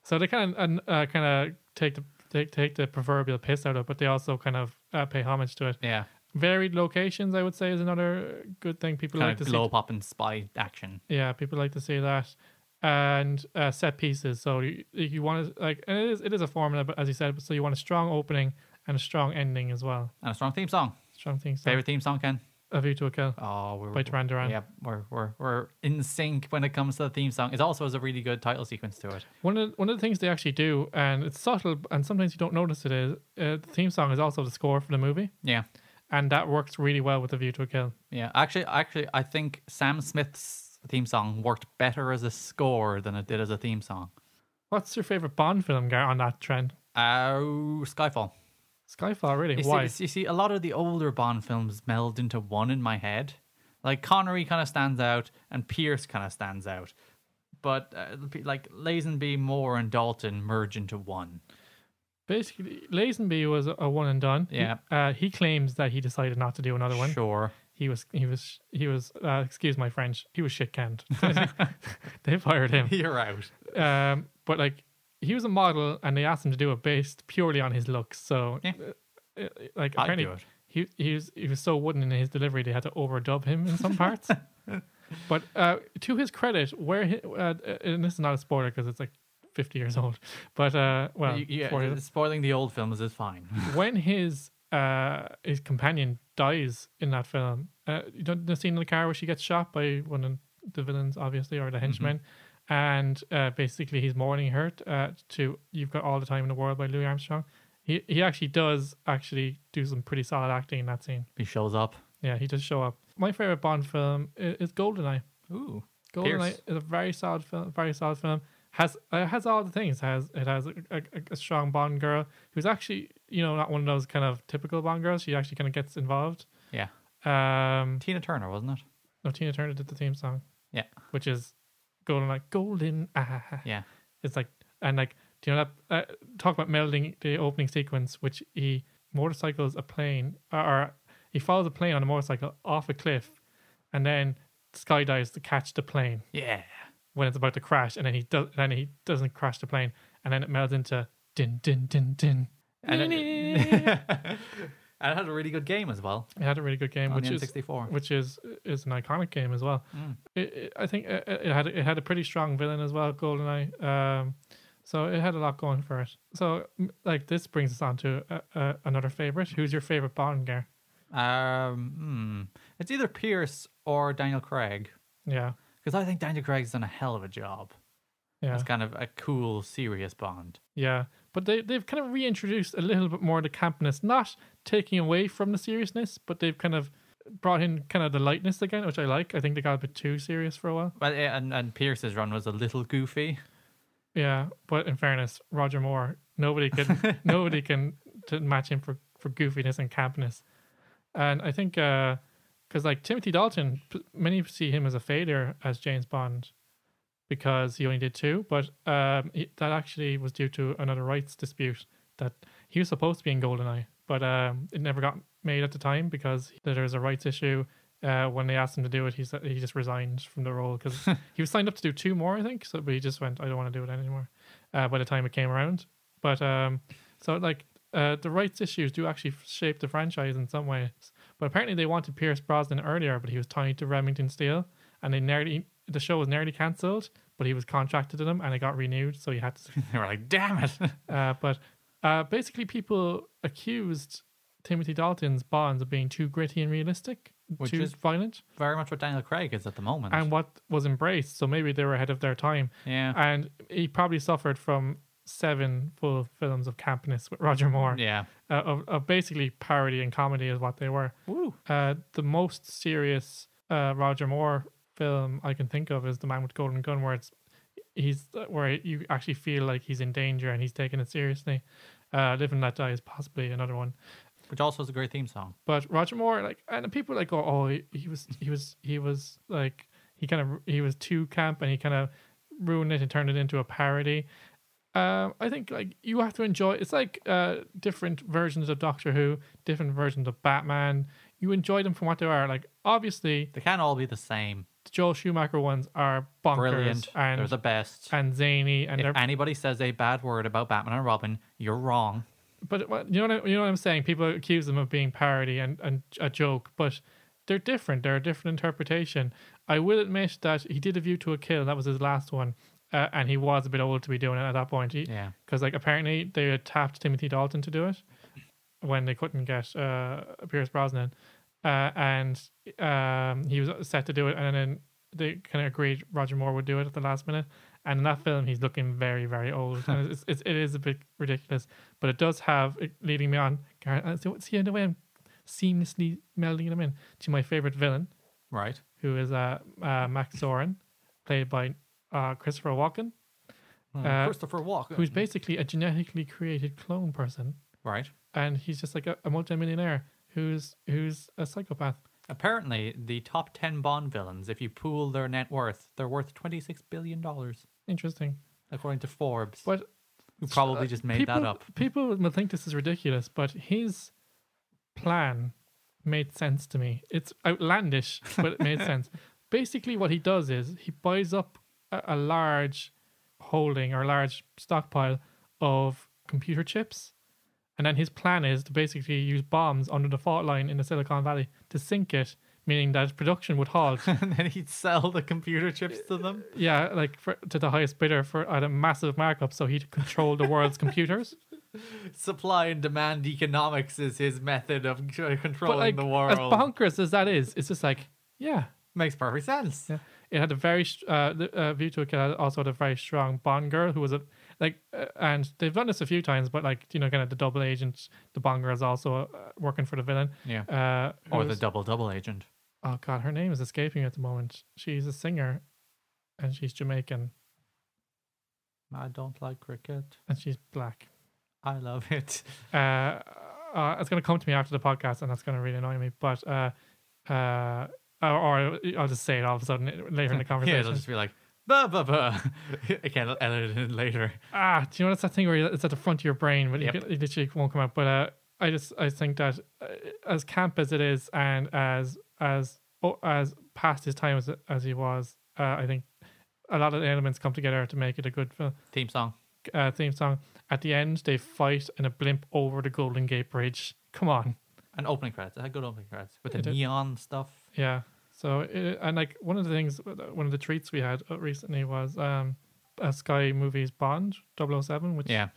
S2: So they kind of uh, kind of take the take take the proverbial piss out of it, but they also kind of uh, pay homage to it.
S3: Yeah, varied
S2: varied locations i would say is another good thing people
S3: kind
S2: like to
S3: of glow
S2: see
S3: pop and spy action.
S2: yeah people like to see that and uh, set pieces so you, you want to like and it is it is a formula but as you said so you want a strong opening and a strong ending as well
S3: And a strong theme song.
S2: strong things
S3: Favorite theme song, Ken?
S2: a view to a kill
S3: Oh, we're
S2: By Duran Duran.
S3: Yeah, we're, we're we're in sync when it comes to the theme song. It also has a really good title sequence to it.
S2: one of one of the things they actually do and it's subtle and sometimes you don't notice it is uh, the theme song is also the score for the movie
S3: Yeah,
S2: and that works really well with a view to a kill
S3: yeah. Actually, actually, I think Sam Smith's theme song worked better as a score than it did as a theme song.
S2: what's your favorite bond film Gar, on that trend
S3: Oh, Skyfall.
S2: skyfall really
S3: You see,
S2: why
S3: you see- you see, a lot of the older Bond films meld into one in my head. Like Connery kind of stands out, and Pierce kind of stands out, but uh, like Lazenby, Moore, and Dalton merge into one.
S2: basically Lazenby was a one and done. He-
S3: Yeah.
S2: uh, he claims that he decided not to do another one.
S3: Sure.
S2: He was he was he was uh, excuse my French. He was shit canned. they fired him.
S3: You're out.
S2: Um, but like he was a model, and they asked him to do it based purely on his looks. So
S3: Yeah.
S2: uh, uh, like
S3: I'd
S2: apparently
S3: do it.
S2: he he was he was so wooden in his delivery they had to overdub him in some parts. but uh, to his credit, where he, uh, and this is not a spoiler because it's like. 50 years old but uh well
S3: You- yeah,
S2: 40
S3: spoiling the old films is fine.
S2: when his uh his companion dies in that film, uh, you don't the scene in the car where she gets shot by one of the villains, obviously, or the henchmen, and uh, basically he's mourning her t- uh, to "You've Got All the Time in the World" by Louis Armstrong. He he actually does actually do some pretty solid acting in that scene.
S3: he shows up.
S2: Yeah, he does show up. My favorite Bond film i- is Goldeneye.
S3: Ooh.
S2: Goldeneye
S3: Pierce.
S2: is a very solid film. Very solid film. Has it has all the things. Has it has a, a, a strong Bond girl who's actually you know not one of those kind of typical Bond girls. She actually kind of gets involved.
S3: Yeah.
S2: Um,
S3: Tina Turner, wasn't it?
S2: no, Tina Turner did the theme song,
S3: Yeah.
S2: which is golden like golden. Ah.
S3: Yeah.
S2: It's like and like do you know that uh, talk about melding the opening sequence, which he motorcycles a plane or, or he follows a plane on a motorcycle off a cliff, and then skydives to catch the plane.
S3: Yeah.
S2: when it's about to crash, and then he does, then he doesn't crash the plane, and then it melds into din din din din.
S3: And
S2: it
S3: And it had a really good game as well.
S2: had a really good game,
S3: On
S2: which
S3: the Hmm.
S2: is
S3: N64.
S2: which is is an iconic game as well. It, it, I think it, it had it had a pretty strong villain as well, Goldeneye. Um, so it had a lot going for it. So m- like this brings us on to uh, uh, another favorite. Who's your favorite Bond guy?
S3: Um, hmm. It's either Pierce or Daniel Craig.
S2: Yeah,
S3: Because I think Daniel Craig's done a hell of a job.
S2: yeah,
S3: It's kind of a cool, serious Bond.
S2: yeah. But they they've kind of reintroduced a little bit more of the campness, not taking away from the seriousness, but they've kind of brought in kind of the lightness again,
S3: eh,
S2: which I like. I think they got a bit too serious for a while.
S3: Well, yeah, and, and Pierce's run was a little goofy.
S2: Yeah, but in fairness, Roger Moore, nobody can nobody can to match him for for goofiness and campness. And I think because like Timothy Dalton, p- many see him as a failure as James Bond because he only did two, but um, he- that actually was due to another rights dispute that he was supposed to be in Goldeneye, but um, it never got made at the time because there was a rights issue. Uh, when they asked him to do it, he said he just resigned from the role because he was signed up to do two more, I think. So, but he just went, I don't want to do it anymore. Uh, by the time it came around, but um, so like uh, the rights issues do actually shape the franchise in some ways. But apparently they wanted Pierce Brosnan earlier, but he was tied to Remington Steele, and they nearly the show was nearly cancelled. But he was contracted to them, and it got renewed, so he had to
S3: They were like, damn it.
S2: uh, but uh, basically, people accused Timothy Dalton's Bonds of being too gritty and realistic,
S3: Which
S2: too
S3: is-
S2: violent,
S3: Very much what Daniel Craig is at the moment.
S2: and what was embraced. So maybe they were ahead of their time.
S3: yeah.
S2: And he probably suffered from seven full films of campness with Roger Moore,
S3: yeah.
S2: uh, of, of basically parody and comedy is what they were.
S3: Woo.
S2: Uh, the most serious uh, Roger Moore film I can think of is The Man with Golden Gun, where it's he's where you actually feel like he's in danger and he's taking it seriously. Uh, Live and Let Die is possibly another one,
S3: Which also is a great theme song.
S2: but Roger Moore, like, and people like, oh, oh he, he was, he was, he was like, he kind of, he was too camp, and he kind of ruined it and turned it into a parody. Um, I think like you have to enjoy. It's like uh, different versions of Doctor Who, different versions of Batman. You enjoy them from what they are. Like obviously,
S3: They can't all be the same.
S2: the Joel Schumacher ones are bonkers
S3: Brilliant. They're
S2: and
S3: the best.
S2: and zany, and
S3: if
S2: they're,
S3: anybody says a bad word about Batman and Robin, you're wrong.
S2: but well, you know what I, you know what I'm saying. People accuse them of being parody and, and a joke, but they're different. They're a different interpretation. I will admit that he did a view to a kill. That was his last one, uh, and he was a bit old to be doing it at that point. He,
S3: Yeah.
S2: because like apparently they had tapped Timothy Dalton to do it when they couldn't get uh, Pierce Brosnan, uh, and um, he was set to do it, and then they kind of agreed Roger Moore would do it at the last minute. And in that film, he's looking very, very old. and it's, it's, it is a bit ridiculous, but it does have it leading me on. Gar- uh, So see in the way I'm seamlessly melding them in to my favorite villain,
S3: Right.
S2: who is uh, uh, Max Zorin, played by uh, Christopher Walken,
S3: Hmm.
S2: Uh,
S3: Christopher Walken.
S2: who's basically a genetically created clone person,
S3: right.
S2: and he's just like a, a multimillionaire who's who's a psychopath.
S3: Apparently, the top 10 Bond villains, if you pool their net worth, they're worth $26 billion,
S2: Interesting,
S3: according to Forbes,
S2: but
S3: who probably just made
S2: Uh, people
S3: that up.
S2: people will think this is ridiculous, but his plan made sense to me. It's outlandish, but it made sense. Basically, what he does is he buys up a, a large holding or large stockpile of computer chips. And then his plan is to basically use bombs under the fault line in the Silicon Valley to sink it, meaning that production would halt.
S3: and then he'd sell the computer chips to them.
S2: yeah, like for, to the highest bidder for at a massive markup, so he'd control the world's computers.
S3: Supply and demand economics is his method of c- controlling the world.
S2: As bonkers as that is, it's just like, yeah.
S3: Makes perfect sense.
S2: yeah. It had a very, st- uh, the, uh, View to a Kill had also had a very strong Bond girl who was a, like, uh, and they've done this a few times, but like, you know, kind of the double agent, the Bond girl is also uh, working for the villain.
S3: Yeah.
S2: Uh, who
S3: Or the
S2: was-
S3: double double agent.
S2: oh God, her name is escaping me at the moment. She's a singer and she's Jamaican
S3: I don't like cricket.
S2: and she's black.
S3: I love it.
S2: uh, uh, it's going to come to me after the podcast, and that's going to really annoy me. But uh, uh, or, or I'll just say it all of a sudden later in the
S3: Yeah,
S2: conversation.
S3: it'll just be like, bah, bah, bah. Again, I'll edit it later.
S2: ah, do you know it's that thing where it's at the front of your brain, but
S3: Yep.
S2: you can, it literally won't come out. But uh, I just I think that uh, as camp as it is, and as as oh, as past his time as as he was, uh, I think a lot of the elements come together to make it a good film.
S3: Theme song.
S2: Uh, theme song at the end, they fight in a blimp over the Golden Gate Bridge. Come on.
S3: And opening credits. I had good opening credits with the
S2: It did.
S3: neon stuff.
S2: Yeah. So it, and like one of the things, uh, one of the treats we had uh, recently was um, a Sky Movies Bond 007, which
S3: Yeah,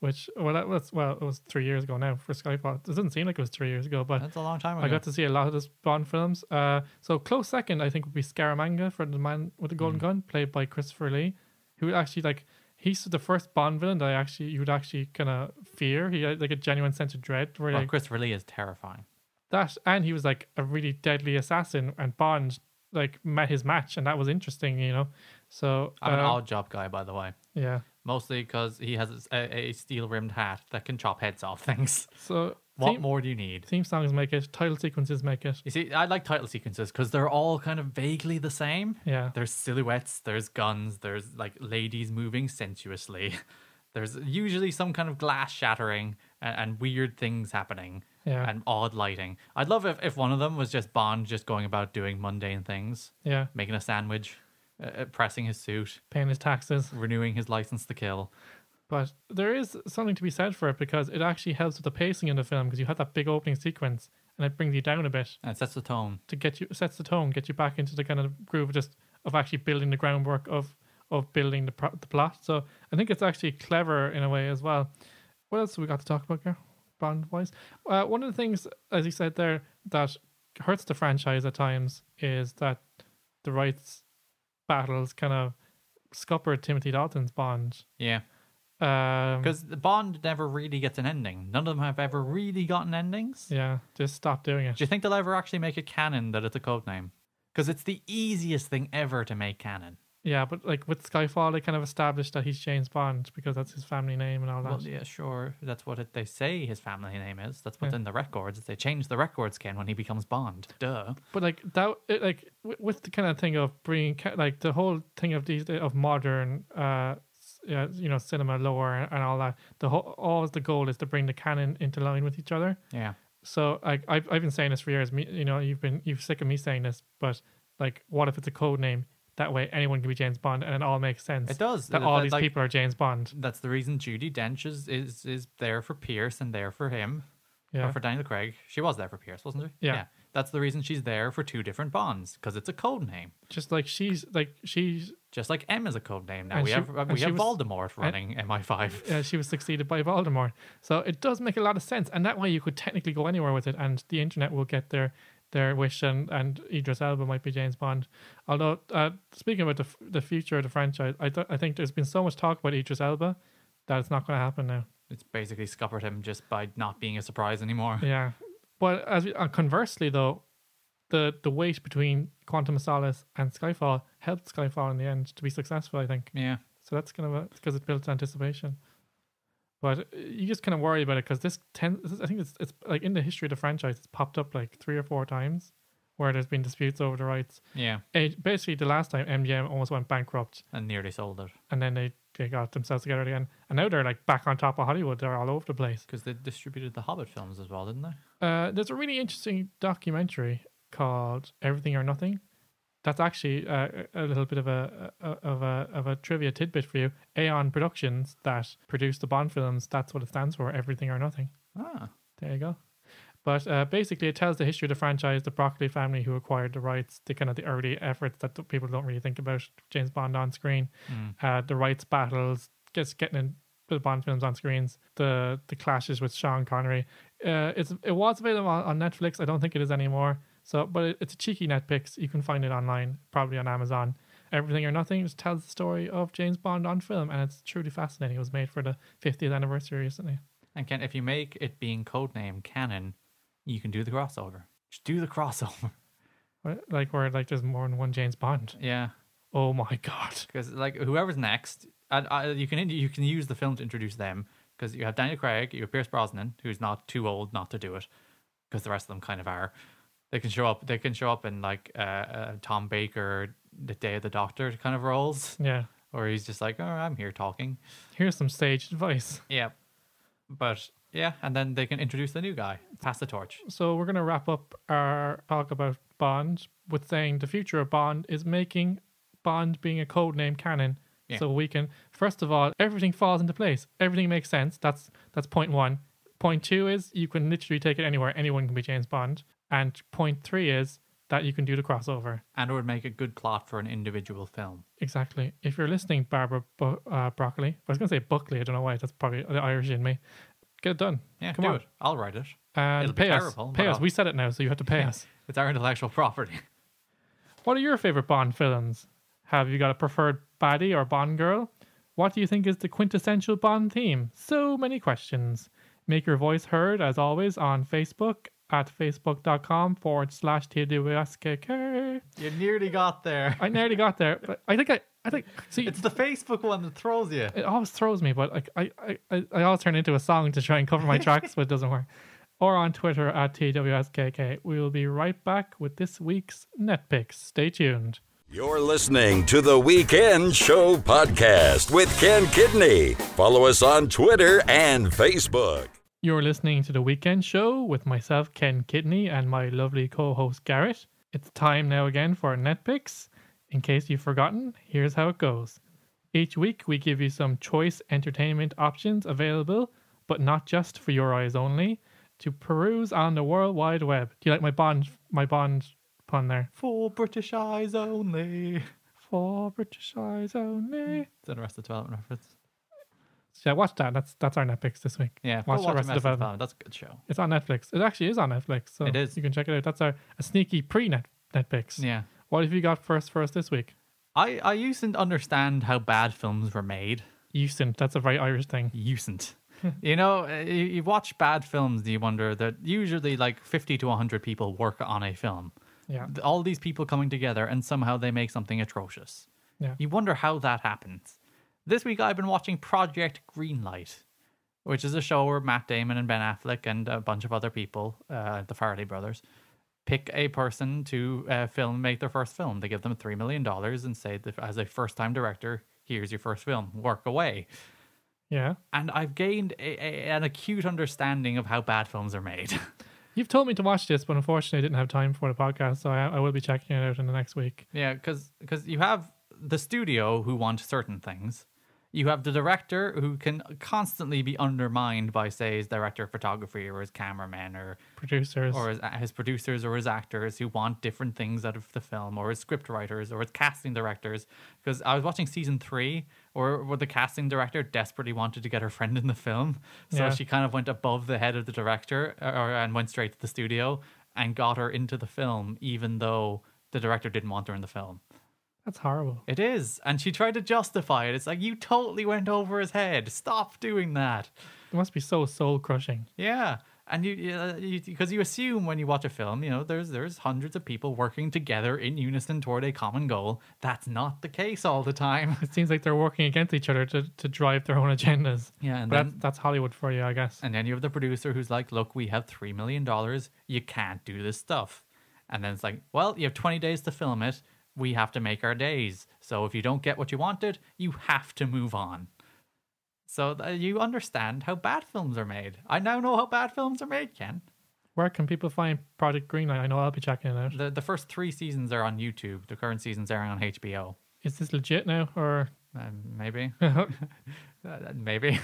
S2: which well that was well it was three years ago now for Skyfall. It doesn't seem like it was three years ago, but
S3: that's a long time ago.
S2: I got to see a lot of this Bond films. Uh, so close second, I think, would be Scaramanga for the man with the
S3: Mm.
S2: golden gun, played by Christopher Lee, who actually like he's the first Bond villain that I actually you would actually kind of fear. He had like a genuine sense of dread. Where
S3: well,
S2: like,
S3: Christopher Lee is terrifying.
S2: that and he was like a really deadly assassin and bond like met his match and that was interesting you know so
S3: I'm an
S2: uh,
S3: odd job guy, by the way.
S2: yeah
S3: mostly because he has a, a steel rimmed hat that can chop heads off things.
S2: So
S3: What
S2: theme,
S3: more do you need?
S2: theme songs make it, title sequences make it.
S3: You see, I like title sequences because they're all kind of vaguely the same.
S2: Yeah.
S3: There's silhouettes, there's guns, there's like ladies moving sensuously. There's usually some kind of glass shattering and, and weird things happening
S2: Yeah.
S3: and odd lighting. I'd love if, if one of them was just Bond just going about doing mundane things,
S2: Yeah,
S3: making a sandwich, uh, uh, pressing his suit,
S2: paying his taxes.
S3: renewing his license to kill.
S2: But there is something to be said for it because it actually helps with the pacing in the film because you have that big opening sequence and it brings you down a bit
S3: And it sets the tone.
S2: to get you sets the tone, get you back into the kind of groove of just of actually building the groundwork of of building the pro- the plot. So I think it's actually clever in a way as well. What else have we got to talk about here, Bond wise? Uh, one of the things, as you said there, that hurts the franchise at times is that the rights battles kind of scuppered Timothy Dalton's Bond.
S3: Yeah.
S2: Um,
S3: Because Bond never really gets an ending. None of them have ever really gotten endings.
S2: Yeah, just stop doing it.
S3: Do you think they'll ever actually make it canon that it's a code name? Because it's the easiest thing ever to make canon.
S2: yeah, but like with Skyfall, they kind of established that he's James Bond because that's his family name and all that.
S3: Well, yeah, sure. That's what it, they say his family name is. That's what's
S2: Yeah.
S3: in the records. They change the records again when he becomes Bond. Duh.
S2: But like that, it, like wi- with the kind of thing of bringing ca- like the whole thing of these of modern, uh, s- yeah, you know, cinema lore and, all that. The whole always the goal is to bring the canon into line with each other.
S3: Yeah.
S2: So like I've I've been saying this for years. Me, you know, you've been you've sick of me saying this, but like, what if it's a code name? That way, anyone can be James Bond, and it all makes sense.
S3: It does.
S2: that
S3: Uh,
S2: all
S3: that,
S2: these
S3: like-
S2: people are James Bond.
S3: That's the reason Judy Dench is, is, is there for Pierce and there for him.
S2: Yeah,
S3: Or for Daniel Craig. She was there for Pierce, wasn't she?
S2: Yeah.
S3: That's the reason she's there for two different Bonds, because it's a code name.
S2: just like she's like she's
S3: Just like M is a code name now.
S2: And
S3: we
S2: she-
S3: have uh,
S2: and
S3: we
S2: she
S3: have
S2: was-
S3: Voldemort running MI5.
S2: uh, she was succeeded by Voldemort. So it does make a lot of sense, and that way you could technically go anywhere with it, and the internet will get their their wish, and and Idris Elba might be James Bond. Although uh, speaking about the f- the future of the franchise, I th- I think there's been so much talk about Idris Elba that it's not going to happen now.
S3: It's basically scuppered him just by not being a surprise anymore.
S2: Yeah, but as we, uh, conversely though, the the weight between Quantum of Solace and Skyfall helped Skyfall in the end to be successful. I think.
S3: Yeah.
S2: So that's kind of because it builds anticipation. But uh, you just kind of worry about it because this ten, this is- I think it's it's like in the history of the franchise, it's popped up like three or four times where there's been disputes over the rights.
S3: Yeah.
S2: Eh, basically, the last time MGM almost went bankrupt,
S3: And nearly sold it
S2: and then they they got themselves together again, and now they're like back on top of Hollywood. They're all over the place.
S3: because they distributed the Hobbit films as well, didn't they?
S2: Uh, there's a really interesting documentary called Everything or Nothing. That's actually uh, a a little bit of a, a of a of a trivia tidbit for you. Aeon Productions that produced the Bond films. That's what it stands for. Everything or Nothing.
S3: Ah.
S2: There you go. But uh, basically, it tells the history of the franchise, the Broccoli family who acquired the rights, the kind of the early efforts that th- people don't really think about James Bond on screen, uh, the rights battles, just getting in the Bond films on screens, the the clashes with Sean Connery. Uh, it's it was available on, on Netflix. I don't think it is anymore. So, but it, it's a cheeky Netflix. You can find it online, probably on Amazon. Everything or Nothing just tells the story of James Bond on film, and it's truly fascinating. It was made for the 50th anniversary recently.
S3: And Ken, if you make it being codename canon, you can do the crossover. Just do the crossover.
S2: Where- like where like there's more than one James Bond.
S3: Yeah.
S2: Oh my god.
S3: Because like whoever's next, I, I, you can you can use the film to introduce them. Because you have Daniel Craig, you have Pierce Brosnan, who's not too old not to do it. Because the rest of them kind of are. They can show up. They can show up in like uh, uh, Tom Baker, the Day of the Doctor kind of roles,
S2: Yeah.
S3: or he's just like, oh, I'm here talking.
S2: Here's some sage advice.
S3: Yeah. But yeah, and then they can introduce the new guy, pass the torch.
S2: So we're gonna wrap up our talk about Bond with saying the future of Bond is making Bond being a code name canon.
S3: Yeah.
S2: So we can first of all, everything falls into place. Everything makes sense. That's that's point one. Point two is you can literally take it anywhere. Anyone can be James Bond. And point three is that you can do the crossover.
S3: And it would make a good plot for an individual film.
S2: Exactly. If you're listening, Barbara Bu- uh, Broccoli, I was going to say Buckley. I don't know why. That's probably the Irish in me. Get it done.
S3: Yeah,
S2: Come
S3: do
S2: on.
S3: it. I'll write it.
S2: And
S3: It'll be
S2: pay us.
S3: terrible,
S2: pay
S3: but
S2: us.
S3: I'll-
S2: We said it now, so you have to pay us.
S3: It's our intellectual property.
S2: What are your favorite Bond films? Have you got a preferred baddie or Bond girl? What do you think is the quintessential Bond theme? So many questions. Make your voice heard, as always, on Facebook at facebook.com forward slash TWSKK.
S3: You nearly got there.
S2: I nearly got there, but I think I, I think see
S3: It's the Facebook one that throws you.
S2: it always throws me, but like I, I, I- I always turn it into a song to try and cover my tracks, but it doesn't work. Or on Twitter at TWSKK. We will be right back with this week's net picks. Stay tuned.
S1: You're listening to the Weekend Show podcast with Ken Kidney. Follow us on Twitter and Facebook.
S2: You're listening to The Weekend Show with myself, Ken Kidney, and my lovely co host, Garrett. It's time now again for net picks. In case you've forgotten, here's how it goes. Each week, we give you some choice entertainment options available, but not just for your eyes only, to peruse on the World Wide Web. Do you like my Bond, my Bond pun there?
S3: For British eyes only.
S2: For British eyes only.
S3: It's an Arrested Development reference.
S2: Yeah, watch that. That's that's our net picks this week.
S3: Yeah,
S2: watch
S3: go
S2: the rest
S3: Arrested
S2: of the
S3: Development. That's a good show.
S2: It's on Netflix. It actually is on Netflix. So
S3: It is.
S2: You can check it out. That's our a sneaky pre net Netflix.
S3: Yeah.
S2: What have you got first for us this week?
S3: I, I usedn't understand how bad films were made.
S2: Usin. That's a very Irish thing.
S3: Usedn't. you know, uh, you, you watch bad films and you wonder that usually like 50 to 100 people work on a film.
S2: Yeah.
S3: Th- All these people coming together and somehow they make something atrocious.
S2: Yeah.
S3: You wonder how that happens. This week I've been watching Project Greenlight, which is a show where Matt Damon and Ben Affleck and a bunch of other people, uh, the Farley brothers, pick a person to uh, film, make their first film. They give them $3 million and say, that as a first time director, here's your first film, work away.
S2: Yeah.
S3: And I've gained a, a, an acute understanding of how bad films are made.
S2: You've told me to watch this, but unfortunately, I didn't have time for the podcast, so I, I will be checking it out in the next week.
S3: Yeah, because you have the studio who want certain things. You have the director who can constantly be undermined by, say, his director of photography or his cameraman or
S2: Producers.
S3: or his, uh, his producers or his actors who want different things out of the film or his script writers or his casting directors. Because I was watching season three or where the casting director desperately wanted to get her friend in the film. So
S2: Yeah.
S3: she kind of went above the head of the director uh, or, and went straight to the studio and got her into the film, even though the director didn't want her in the film.
S2: That's horrible.
S3: It is. And she tried to justify it. It's like, you totally went over his head. Stop doing that.
S2: It must be so soul crushing.
S3: Yeah, and you because you, 'cause you assume when you watch a film, you know, there's there's hundreds of people working together in unison toward a common goal. That's not the case all the time.
S2: It seems like they're working against each other to, to drive their own agendas.
S3: Yeah, and
S2: But
S3: then-
S2: that's, that's Hollywood for you, I guess.
S3: And then you have the producer who's like, "Look, we have three million dollars. You can't do this stuff." And then it's like, "Well, you have twenty days to film it. We have to make our days. So if you don't get what you wanted, you have to move on." So th- you understand how bad films are made. I now know how bad films are made, Ken.
S2: Where can people find Project Greenlight? I know I'll be checking it out.
S3: The the first three seasons are on YouTube. The current season's airing on HBO.
S2: Is this legit now, or
S3: Um, maybe,
S2: the
S3: Uh, maybe.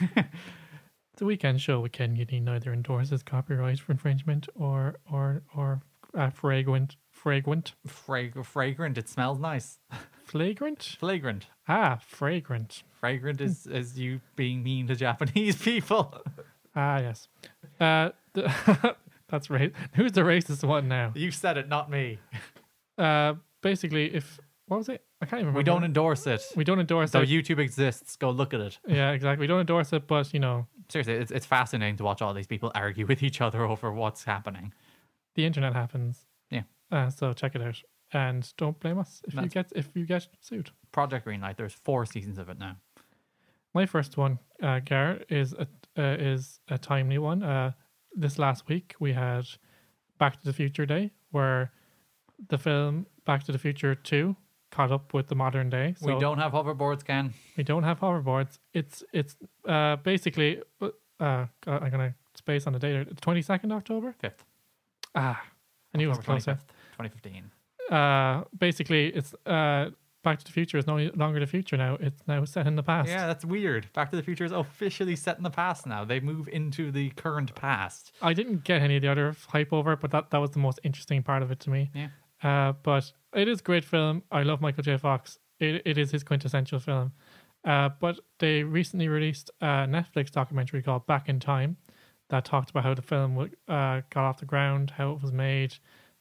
S2: weekend show with Ken Gidney neither endorses copyright infringement or or or uh, fragrant fragrant
S3: Frag- fragrant. It smells nice.
S2: flagrant
S3: Flagrant.
S2: ah fragrant
S3: Fragrant is is you being mean to Japanese people.
S2: ah yes uh the that's right who's the racist one now
S3: You said it, not me.
S2: uh basically if what was it I can't even remember
S3: We don't endorse it.
S2: we don't endorse
S3: So
S2: it
S3: YouTube exists. Go look at it.
S2: yeah exactly we don't endorse it but you know
S3: Seriously, it's it's fascinating to watch all these people argue with each other over what's happening.
S2: the internet happens
S3: Yeah.
S2: uh, so check it out and don't blame us if you
S3: That's-
S2: get if you get sued.
S3: Project Greenlight. There's four seasons of it now.
S2: My first one, uh, Gar, is a uh, is a timely one. Uh, this last week we had Back to the Future Day, where the film Back to the Future Two caught up with the modern day. So
S3: we don't have hoverboards, Ken.
S2: we don't have hoverboards. It's it's uh, basically uh, uh, I'm gonna space on the date. Twenty second October.
S3: Fifth.
S2: Ah, I knew it was
S3: October
S2: closer.
S3: 25th, 2015.
S2: Uh, basically, it's uh, Back to the Future is no longer the future now. It's now set in the past.
S3: Yeah, that's weird. Back to the Future is officially set in the past now. They move into the current past.
S2: I didn't get any of the other hype over it, but that, that was the most interesting part of it to me.
S3: Yeah.
S2: Uh, but it is a great film. I love Michael J. Fox. It, it is his quintessential film. Uh, but they recently released a Netflix documentary called Back in Time that talked about how the film wa- uh, got off the ground, how it was made,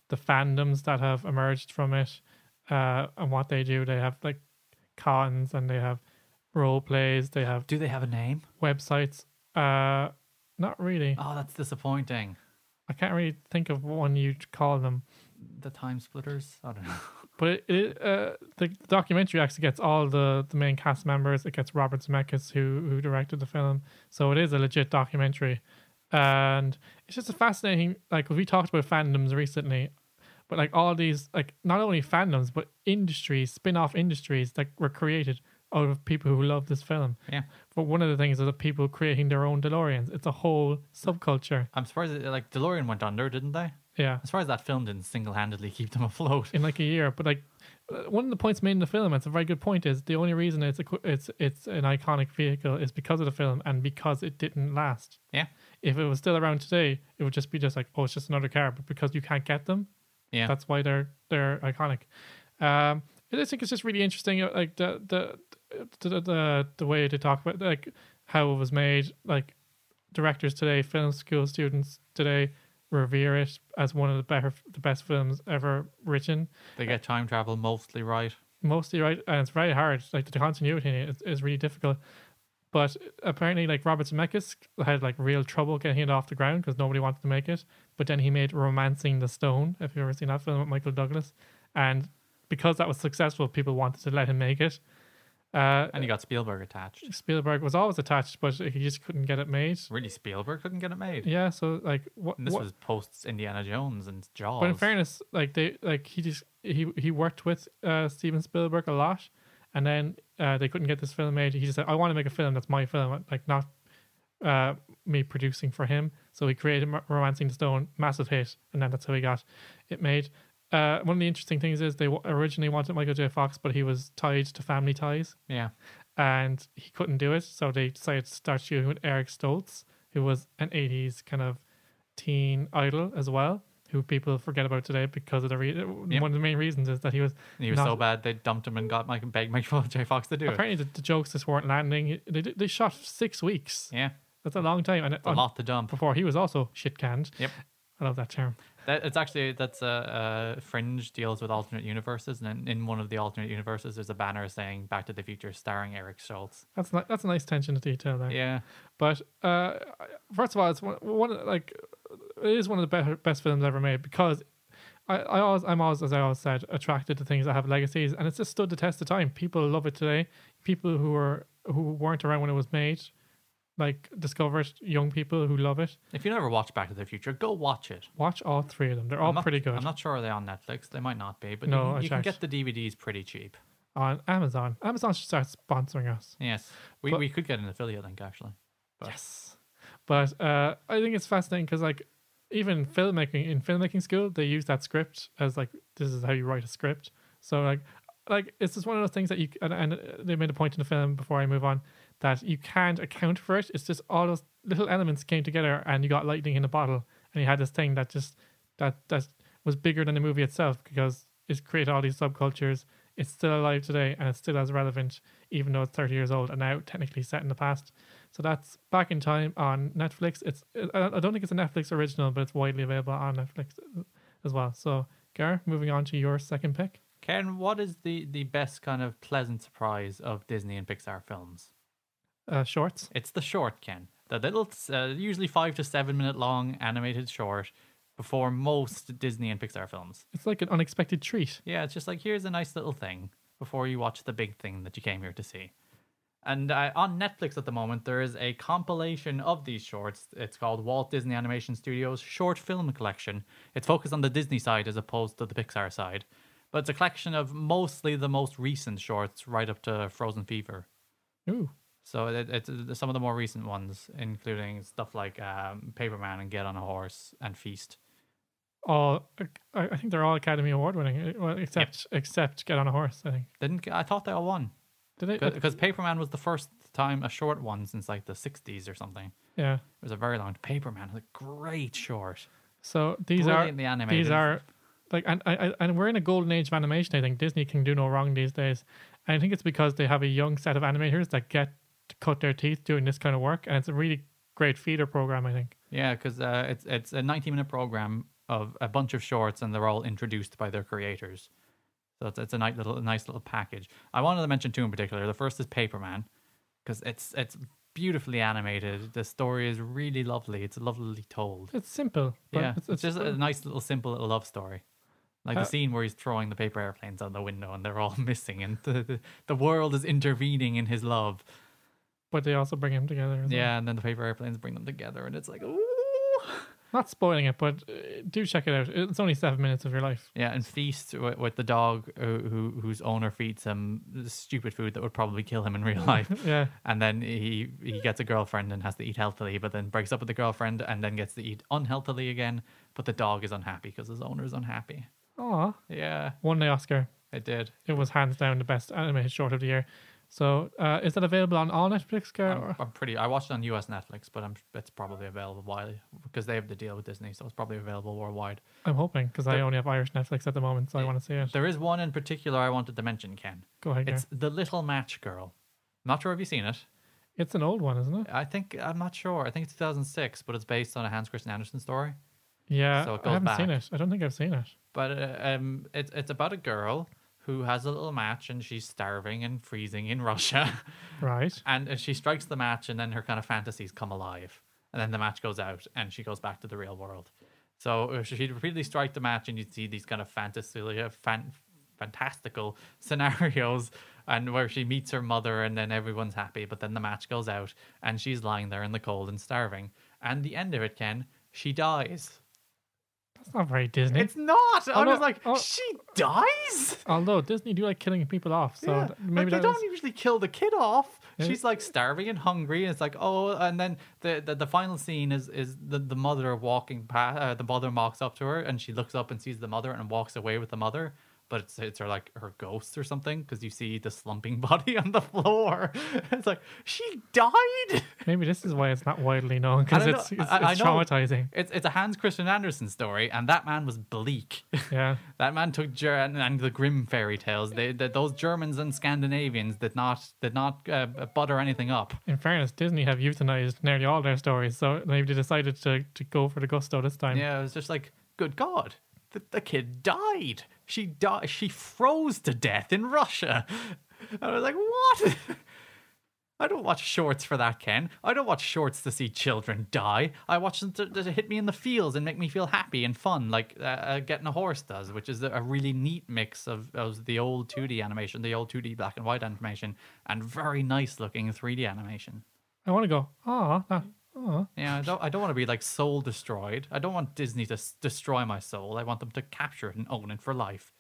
S2: the fandoms that have emerged from it, uh, and what they do. They have like cons and they have role plays, they have
S3: Do they have a name?
S2: websites. Uh, not really.
S3: Oh, that's disappointing.
S2: I can't really think of one you'd call them.
S3: The Time Splitters? I don't know.
S2: But it, it uh, the documentary actually gets all the, the main cast members. It gets Robert Zemeckis, who who directed the film, so it is a legit documentary, and it's just a fascinating. Like we talked about fandoms recently, but like all these like not only fandoms but industries, spin off industries that were created out of people who love this film.
S3: Yeah.
S2: But one of the things is the people creating their own DeLoreans. It's a whole subculture.
S3: I'm surprised that, like DeLorean went under, didn't they?
S2: Yeah.
S3: As far as that film didn't single-handedly keep them afloat.
S2: in like a year. But like uh, one of the points made in the film, it's a very good point. Is the only reason it's a, qu- it's it's an iconic vehicle is because of the film and because it didn't last.
S3: Yeah.
S2: If it was still around today, it would just be just like oh, it's just another car. But because you can't get them,
S3: Yeah.
S2: that's why they're they're iconic. Um, I just think it's just really interesting, uh, like the the the the, the, the way they talk about like how it was made. Like directors today, film school students today revere it as one of the better the best films ever written
S3: they get time travel mostly right.
S2: mostly right and it's very hard like the continuity in it is, is really difficult but apparently like robert zemeckis had like real trouble getting it off the ground because nobody wanted to make it but then he made romancing the stone if you've ever seen that film with michael douglas and because that was successful people wanted to let him make it uh
S3: And you got Spielberg attached.
S2: spielberg was always attached but he just couldn't get it made
S3: Really, Spielberg couldn't get it made.
S2: yeah so like what,
S3: And this
S2: what
S3: was post Indiana Jones and Jaws.
S2: But in fairness, like they like he just he he worked with uh, Steven Spielberg a lot, and then uh, they couldn't get this film made. He just said, "I want to make a film that's my film, like not uh, me producing for him." So he created Ro- *Romancing the Stone*, massive hit, and then that's how he got it made. Uh, one of the interesting things is they w- originally wanted Michael J. Fox, but he was tied to family ties,
S3: yeah,
S2: and he couldn't do it. So they decided to start shooting with Eric Stoltz, who was an 80s kind of teen idol as well, who people forget about today because of the re- one of the main reasons is that he was
S3: he was
S2: not-
S3: so bad they dumped him and got Mike begged Michael J. Fox to do it.
S2: Apparently, the, the jokes just weren't landing. They, did- they shot six weeks.
S3: Yeah,
S2: That's a long time. And
S3: a lot to dump.
S2: before he was also shit canned.
S3: Yep.
S2: I love that term.
S3: That, it's actually that's a, uh fringe deals with alternate universes, and in, in one of the alternate universes, there's a banner saying "Back to the Future" starring Eric Schultz.
S2: That's ni- that's a nice attention to detail there.
S3: Yeah,
S2: But uh, first of all, it's one, one of- like it is one of the better, best films ever made because I, I always I'm always as I always said attracted to things that have legacies, and it's just stood the test of time. People love it today. People who are who weren't around when it was made, like discovered young people who love it.
S3: if you never watched Back to the Future, go watch it.
S2: Watch all three of them. They're all
S3: I'm not-
S2: pretty good
S3: I'm not sure are they on Netflix. They might not be, but
S2: No,
S3: you,
S2: I
S3: can, you can
S2: checked.
S3: get the DVDs pretty cheap.
S2: on Amazon. Amazon should start sponsoring us.
S3: Yes, we,
S2: But-
S3: we could get an affiliate link actually. But-
S2: Yes. But uh, I think it's fascinating because, like, even filmmaking in filmmaking school, they use that script as like this is how you write a script. So like, like it's just one of those things that you and, and uh, they made a point in the film before I move on that you can't account for it. It's just all those little elements came together and you got lightning in a bottle and you had this thing that just that that was bigger than the movie itself because it's created all these subcultures. It's still alive today and it's still as relevant even though it's 30 years old and now technically set in the past. So that's back in time on Netflix. It's I I don't think it's a Netflix original, but it's widely available on Netflix as well. So Gar, moving on to your second pick.
S3: Ken, what is the the best kind of pleasant surprise of Disney and Pixar films?
S2: Uh, shorts.
S3: It's the short, Ken. The little, uh, usually five to seven minute long animated short before most Disney and Pixar films.
S2: It's like an unexpected treat.
S3: Yeah, it's just like here's a nice little thing before you watch the big thing that you came here to see. And uh, on Netflix at the moment, there is a compilation of these shorts. It's called Walt Disney Animation Studios Short Film Collection. It's focused on the Disney side as opposed to the Pixar side, but it's a collection of mostly the most recent shorts, right up to Frozen Fever.
S2: Ooh,
S3: So it, it's uh, some of the more recent ones, including stuff like um, Paperman and Get on a Horse and Feast.
S2: all I, I think they're all Academy Award winning, uh, well, except except Get on a Horse. I think
S3: Didn't I thought they all won?
S2: did it?
S3: because Paperman was the first time a short one since like the '60s or something. It
S2: yeah.
S3: was a very long Paperman. Was a great short.
S2: So these are
S3: Brilliantly animated.
S2: these are like and I, I- and we're in a golden age of animation. I think Disney can do no wrong these days. And I think it's because they have a young set of animators that get to cut their teeth doing this kind of work, and it's a really great feeder program. I think.
S3: Yeah, because uh, it's it's a 90-minute program of a bunch of shorts, and they're all introduced by their creators. So it's, it's a nice little nice little package. I wanted to mention two in particular. The first is Paperman, because it's it's beautifully animated. The story is really lovely. It's lovely told.
S2: It's simple. But
S3: yeah,
S2: it's,
S3: it's, just uh, a
S2: it's-
S3: nice little simple little love story. Like the scene where he's throwing the paper airplanes out the window and they're all missing, and the, the, the world is intervening in his love.
S2: But they also bring him together. as well.
S3: Yeah, and then the paper airplanes bring them together, and it's like, ooh.
S2: Not spoiling it, but uh, do check it out. It's only seven minutes of your life.
S3: Yeah, and Feast with, with the dog who, who whose owner feeds him stupid food that would probably kill him in real life.
S2: Yeah.
S3: And then he he gets a girlfriend and has to eat healthily, but then breaks up with the girlfriend and then gets to eat unhealthily again. But the dog is unhappy because his owner is unhappy.
S2: Aw.
S3: Yeah,
S2: Won the Oscar.
S3: it did.
S2: It was hands down the best animated short of the year. So uh, is that available on all Netflix, Gar?
S3: I'm,
S2: or-
S3: I'm pretty. I watched it on U.S. Netflix, but I'm it's probably available widely because they have the deal with Disney, so it's probably available worldwide.
S2: I'm hoping because I only have Irish Netflix at the moment, so I
S3: Yeah.
S2: want to see it.
S3: There is one in particular I wanted to mention, Ken.
S2: Go ahead, Gar.
S3: It's
S2: It's,
S3: The Little Match Girl. I'm not sure if you've seen it.
S2: an old one, isn't it?
S3: I think I'm not sure. I think it's 2006, but it's based on a Hans Christian Andersen story.
S2: Yeah.
S3: So it
S2: I
S3: goes
S2: haven't seen
S3: back.
S2: it. I don't think I've seen it.
S3: But uh, um, it's it's about a girl who has a little match and she's starving and freezing in Russia,
S2: Right.
S3: and uh, she strikes the match and then her kind of fantasies come alive, and then the match goes out and she goes back to the real world. So uh, she- she'd repeatedly strike the match and you'd see these kind of fantasy, uh, fan, fantastical scenarios. And where she meets her mother, and then everyone's happy, but then the match goes out, and she's lying there in the cold and starving. And the end of it, Ken, she dies.
S2: That's not very Disney.
S3: It's not. I
S2: no,
S3: was like,
S2: oh.
S3: she dies.
S2: Although Disney do like killing people off, so
S3: yeah.
S2: th- maybe
S3: like, they
S2: that
S3: don't e
S2: is-
S3: usually kill the kid off.
S2: Yeah.
S3: She's like starving and hungry, and it's like, oh, and then the the, the final scene is is the, the mother walking past. Uh, the mother walks up to her, and she looks up and sees the mother, and walks away with the mother. But it's it's her like her ghost or something because you see the slumping body on the floor. It's like she died.
S2: maybe this is why it's not widely known because
S3: don't
S2: it's
S3: know.
S2: it's,
S3: I- I
S2: it's
S3: know.
S2: traumatizing.
S3: It's it's a Hans Christian Andersen story, and that man was bleak.
S2: Yeah.
S3: That man took Ger- and, and the grim fairy tales. They, that those Germans and Scandinavians did not did not uh, butter anything up.
S2: In fairness, Disney have euthanized nearly all their stories, so maybe they decided to, to go for the gusto this time.
S3: Yeah, it was just like, good God, the, the kid died. She died. She froze to death in Russia. And I was like, what? I don't watch shorts for that, Ken. I don't watch shorts to see children die. I watch them to, to hit me in the feels and make me feel happy and fun, like uh, uh, Getting a Horse does, which is a really neat mix of, of the old 2D animation, the old 2D black and white animation, and very nice looking 3D animation.
S2: I want to go. Ah, that, aw."
S3: Yeah, I don't. I don't want to be like soul destroyed. I don't want Disney to s- destroy my soul. I want them to capture it and own it for life.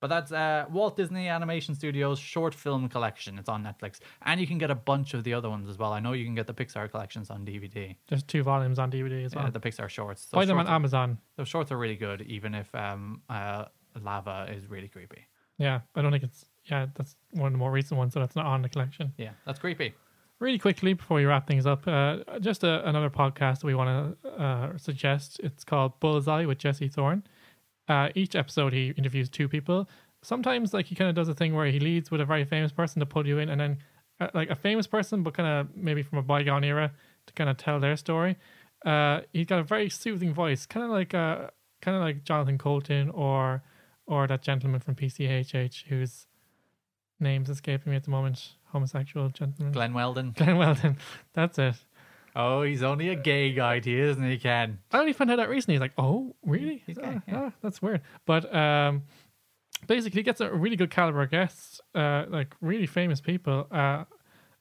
S3: But that's uh, Walt Disney Animation Studios short film collection. It's on Netflix, and you can get a bunch of the other ones as well. I know you can get the Pixar collections on DVD.
S2: there's two volumes on DVD as well.
S3: Yeah, the Pixar shorts. Those
S2: Buy them on
S3: shorts, are,
S2: Amazon.
S3: those shorts are really good, even if um, uh, Lava is really creepy.
S2: Yeah, I don't think it's. Yeah, that's one of the more recent ones, so that's not on the collection.
S3: Yeah, that's creepy.
S2: Really quickly before we wrap things up, uh, just a, another podcast that we want to uh, suggest. It's called Bullseye with Jesse Thorne. Uh, each episode, he interviews two people. Sometimes, like he kind of does a thing where he leads with a very famous person to pull you in, and then uh, like a famous person, but kind of maybe from a bygone era to kind of tell their story. Uh, he's got a very soothing voice, kind of like uh, kind of like Jonathan Colton or or that gentleman from PCHH whose name's escaping me at the moment. Homosexual gentleman.
S3: Glenn Weldon.
S2: Glenn Weldon. That's it.
S3: Oh, he's only a gay guy, to you, isn't he, Ken?
S2: I only found out that recently. He's like, oh, really?
S3: He's
S2: Ah,
S3: gay, yeah.
S2: ah, that's weird. But um, basically, he gets a really good caliber of guests, uh, like really famous people. Uh,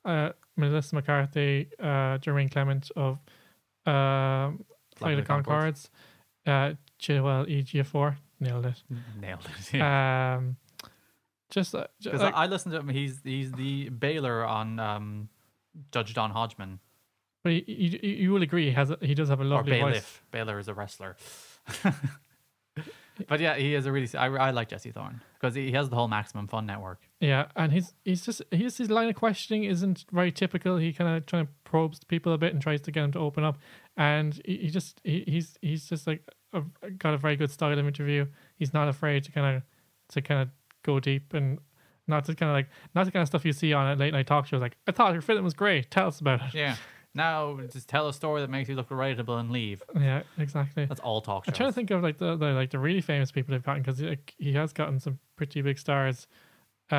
S2: uh, Melissa McCarthy, uh, Jermaine Clement of um, Flight of the Concords, uh, Chilwell EGF4, nailed it.
S3: Nailed it. Yeah.
S2: Um, just uh, j-
S3: Because
S2: like-
S3: I, I listened to him. He's he's the Baylor on um, Judge Don Hodgman
S2: But he, you, you- you will agree he has a, he does have a
S3: or
S2: lovely
S3: Bailiff.
S2: voice.
S3: Baylor is a wrestler. but yeah, he is a really. I, I like Jesse Thorne because he, he has the whole Maximum Fun network.
S2: Yeah, and he's he's just he's his line of questioning isn't very typical. He kind of trying to probes people a bit and tries to get them to open up, and he, he just he, he's he's just like a, got a very good style of interview. He's not afraid to kind of to kind of go deep and not to kind of like not the kind of stuff you see on a late night talk show. Like I thought your film was great. Tell us about it.
S3: Yeah. Now just tell a story that makes you look relatable and leave.
S2: Yeah, exactly.
S3: That's all talk
S2: I'm trying to
S3: shows.
S2: think of like the, the like the really famous people they've gotten because like, he has gotten some pretty big stars. Um,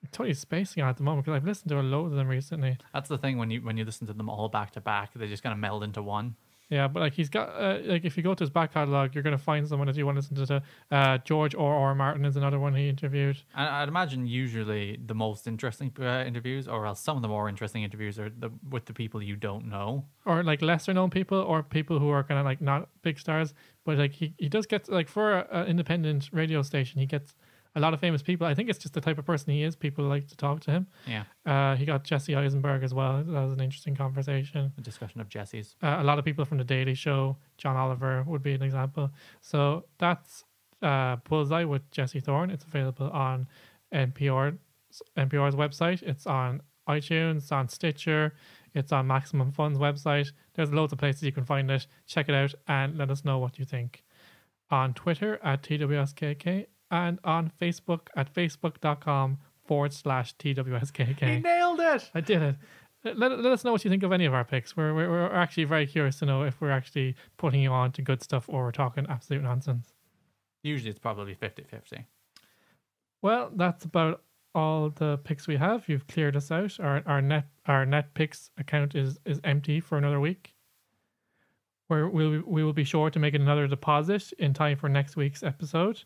S2: I'm totally spacing out at the moment because I've listened to a load of them recently.
S3: That's the thing when you when you listen to them all back to back, they just kind of meld into one.
S2: Yeah, but like he's got uh, like if you go to his back catalog, you're gonna find someone that you want to listen to. The, uh, George R. R. Martin is another one he interviewed.
S3: And I'd imagine usually the most interesting uh, interviews, or else some of the more interesting interviews, are the, with the people you don't know.
S2: or like lesser known people or people who are kind of like not big stars but like he, he does get like for an independent radio station he gets a lot of famous people i think it's just the type of person he is people like to talk to him
S3: Yeah,
S2: uh, he got jesse eisenberg as well that was an interesting conversation
S3: a discussion of Jesse's.
S2: uh, a lot of people from the daily show john oliver would be an example so that's uh, bullseye with jesse thorne it's available on npr npr's website it's on itunes it's on stitcher it's on maximum funds website there's loads of places you can find it check it out and let us know what you think on twitter at twskk and on facebook at facebook.com forward slash twskk
S3: nailed it.
S2: I did it. Let, let let us know what you think of any of our picks. We're, we're, we're actually very curious to know if we're actually putting you on to good stuff or we're talking absolute nonsense.
S3: Usually it's probably 50-50.
S2: Well, that's about all the picks we have. You've cleared us out. Our, our net our net picks account is, is empty for another week. Where we'll, we will be sure to make another deposit in time for next week's episode.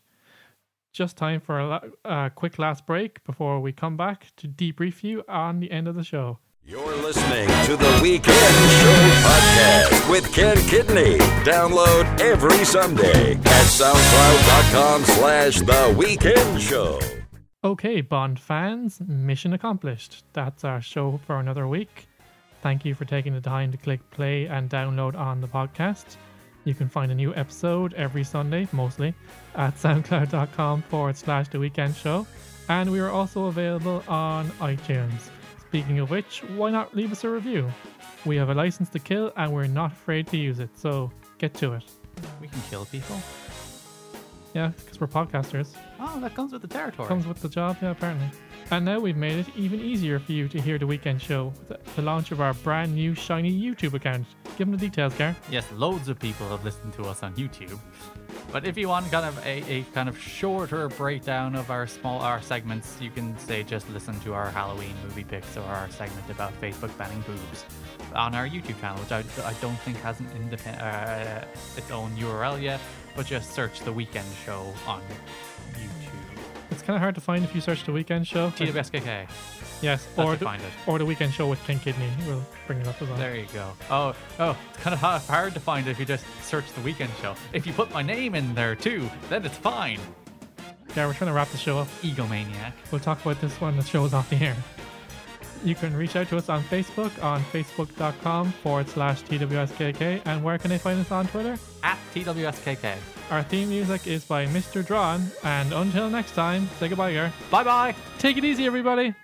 S2: Just time for a la- a quick last break before we come back to debrief you on the end of the show.
S1: You're listening to the Weekend Show podcast with Ken Kidney. Download every Sunday at soundcloud.com slash the weekend show.
S2: Okay, Bond fans, mission accomplished. That's our show for another week. Thank you for taking the time to click play and download on the podcast. You can find a new episode every Sunday, mostly, at soundcloud.com forward slash the weekend show. And we are also available on iTunes. Speaking of which, why not leave us a review? We have a license to kill and we're not afraid to use it, so get to it.
S3: We can kill people.
S2: Yeah, because we're podcasters.
S3: Oh, that comes with the territory.
S2: comes with the job, yeah, apparently. And now we've made it even easier for you to hear the weekend show with the- the launch of our brand new shiny YouTube account. Give them the details, Gar.
S3: Yes, loads of people have listened to us on YouTube. But if you want kind of a, a kind of shorter breakdown of our small our segments, you can say just listen to our Halloween movie picks or our segment about Facebook banning boobs on our YouTube channel, which I, I don't think has an independent uh, its own URL yet. But just search the Weekend Show on YouTube.
S2: It's kind of hard to find if you search the weekend show.
S3: TWSKK.
S2: yes,
S3: That's
S2: or
S3: to
S2: the,
S3: find it.
S2: or the weekend show with King Kidney. We'll bring it up as well.
S3: There you go. Oh, oh, it's kind of hard, hard to find if you just search the Weekend Show. If you put my name in there too, then it's fine.
S2: Yeah, we're trying to wrap the show up.
S3: egomaniac.
S2: We'll talk about this one. The show is off the air. You can reach out to us on Facebook on facebook.com forward slash TWSKK. And where can they find us on Twitter?
S3: At TWSKK.
S2: Our theme music is by Mr. Drawn. And until next time, say goodbye, Gar.
S3: Bye bye.
S2: Take it easy, everybody.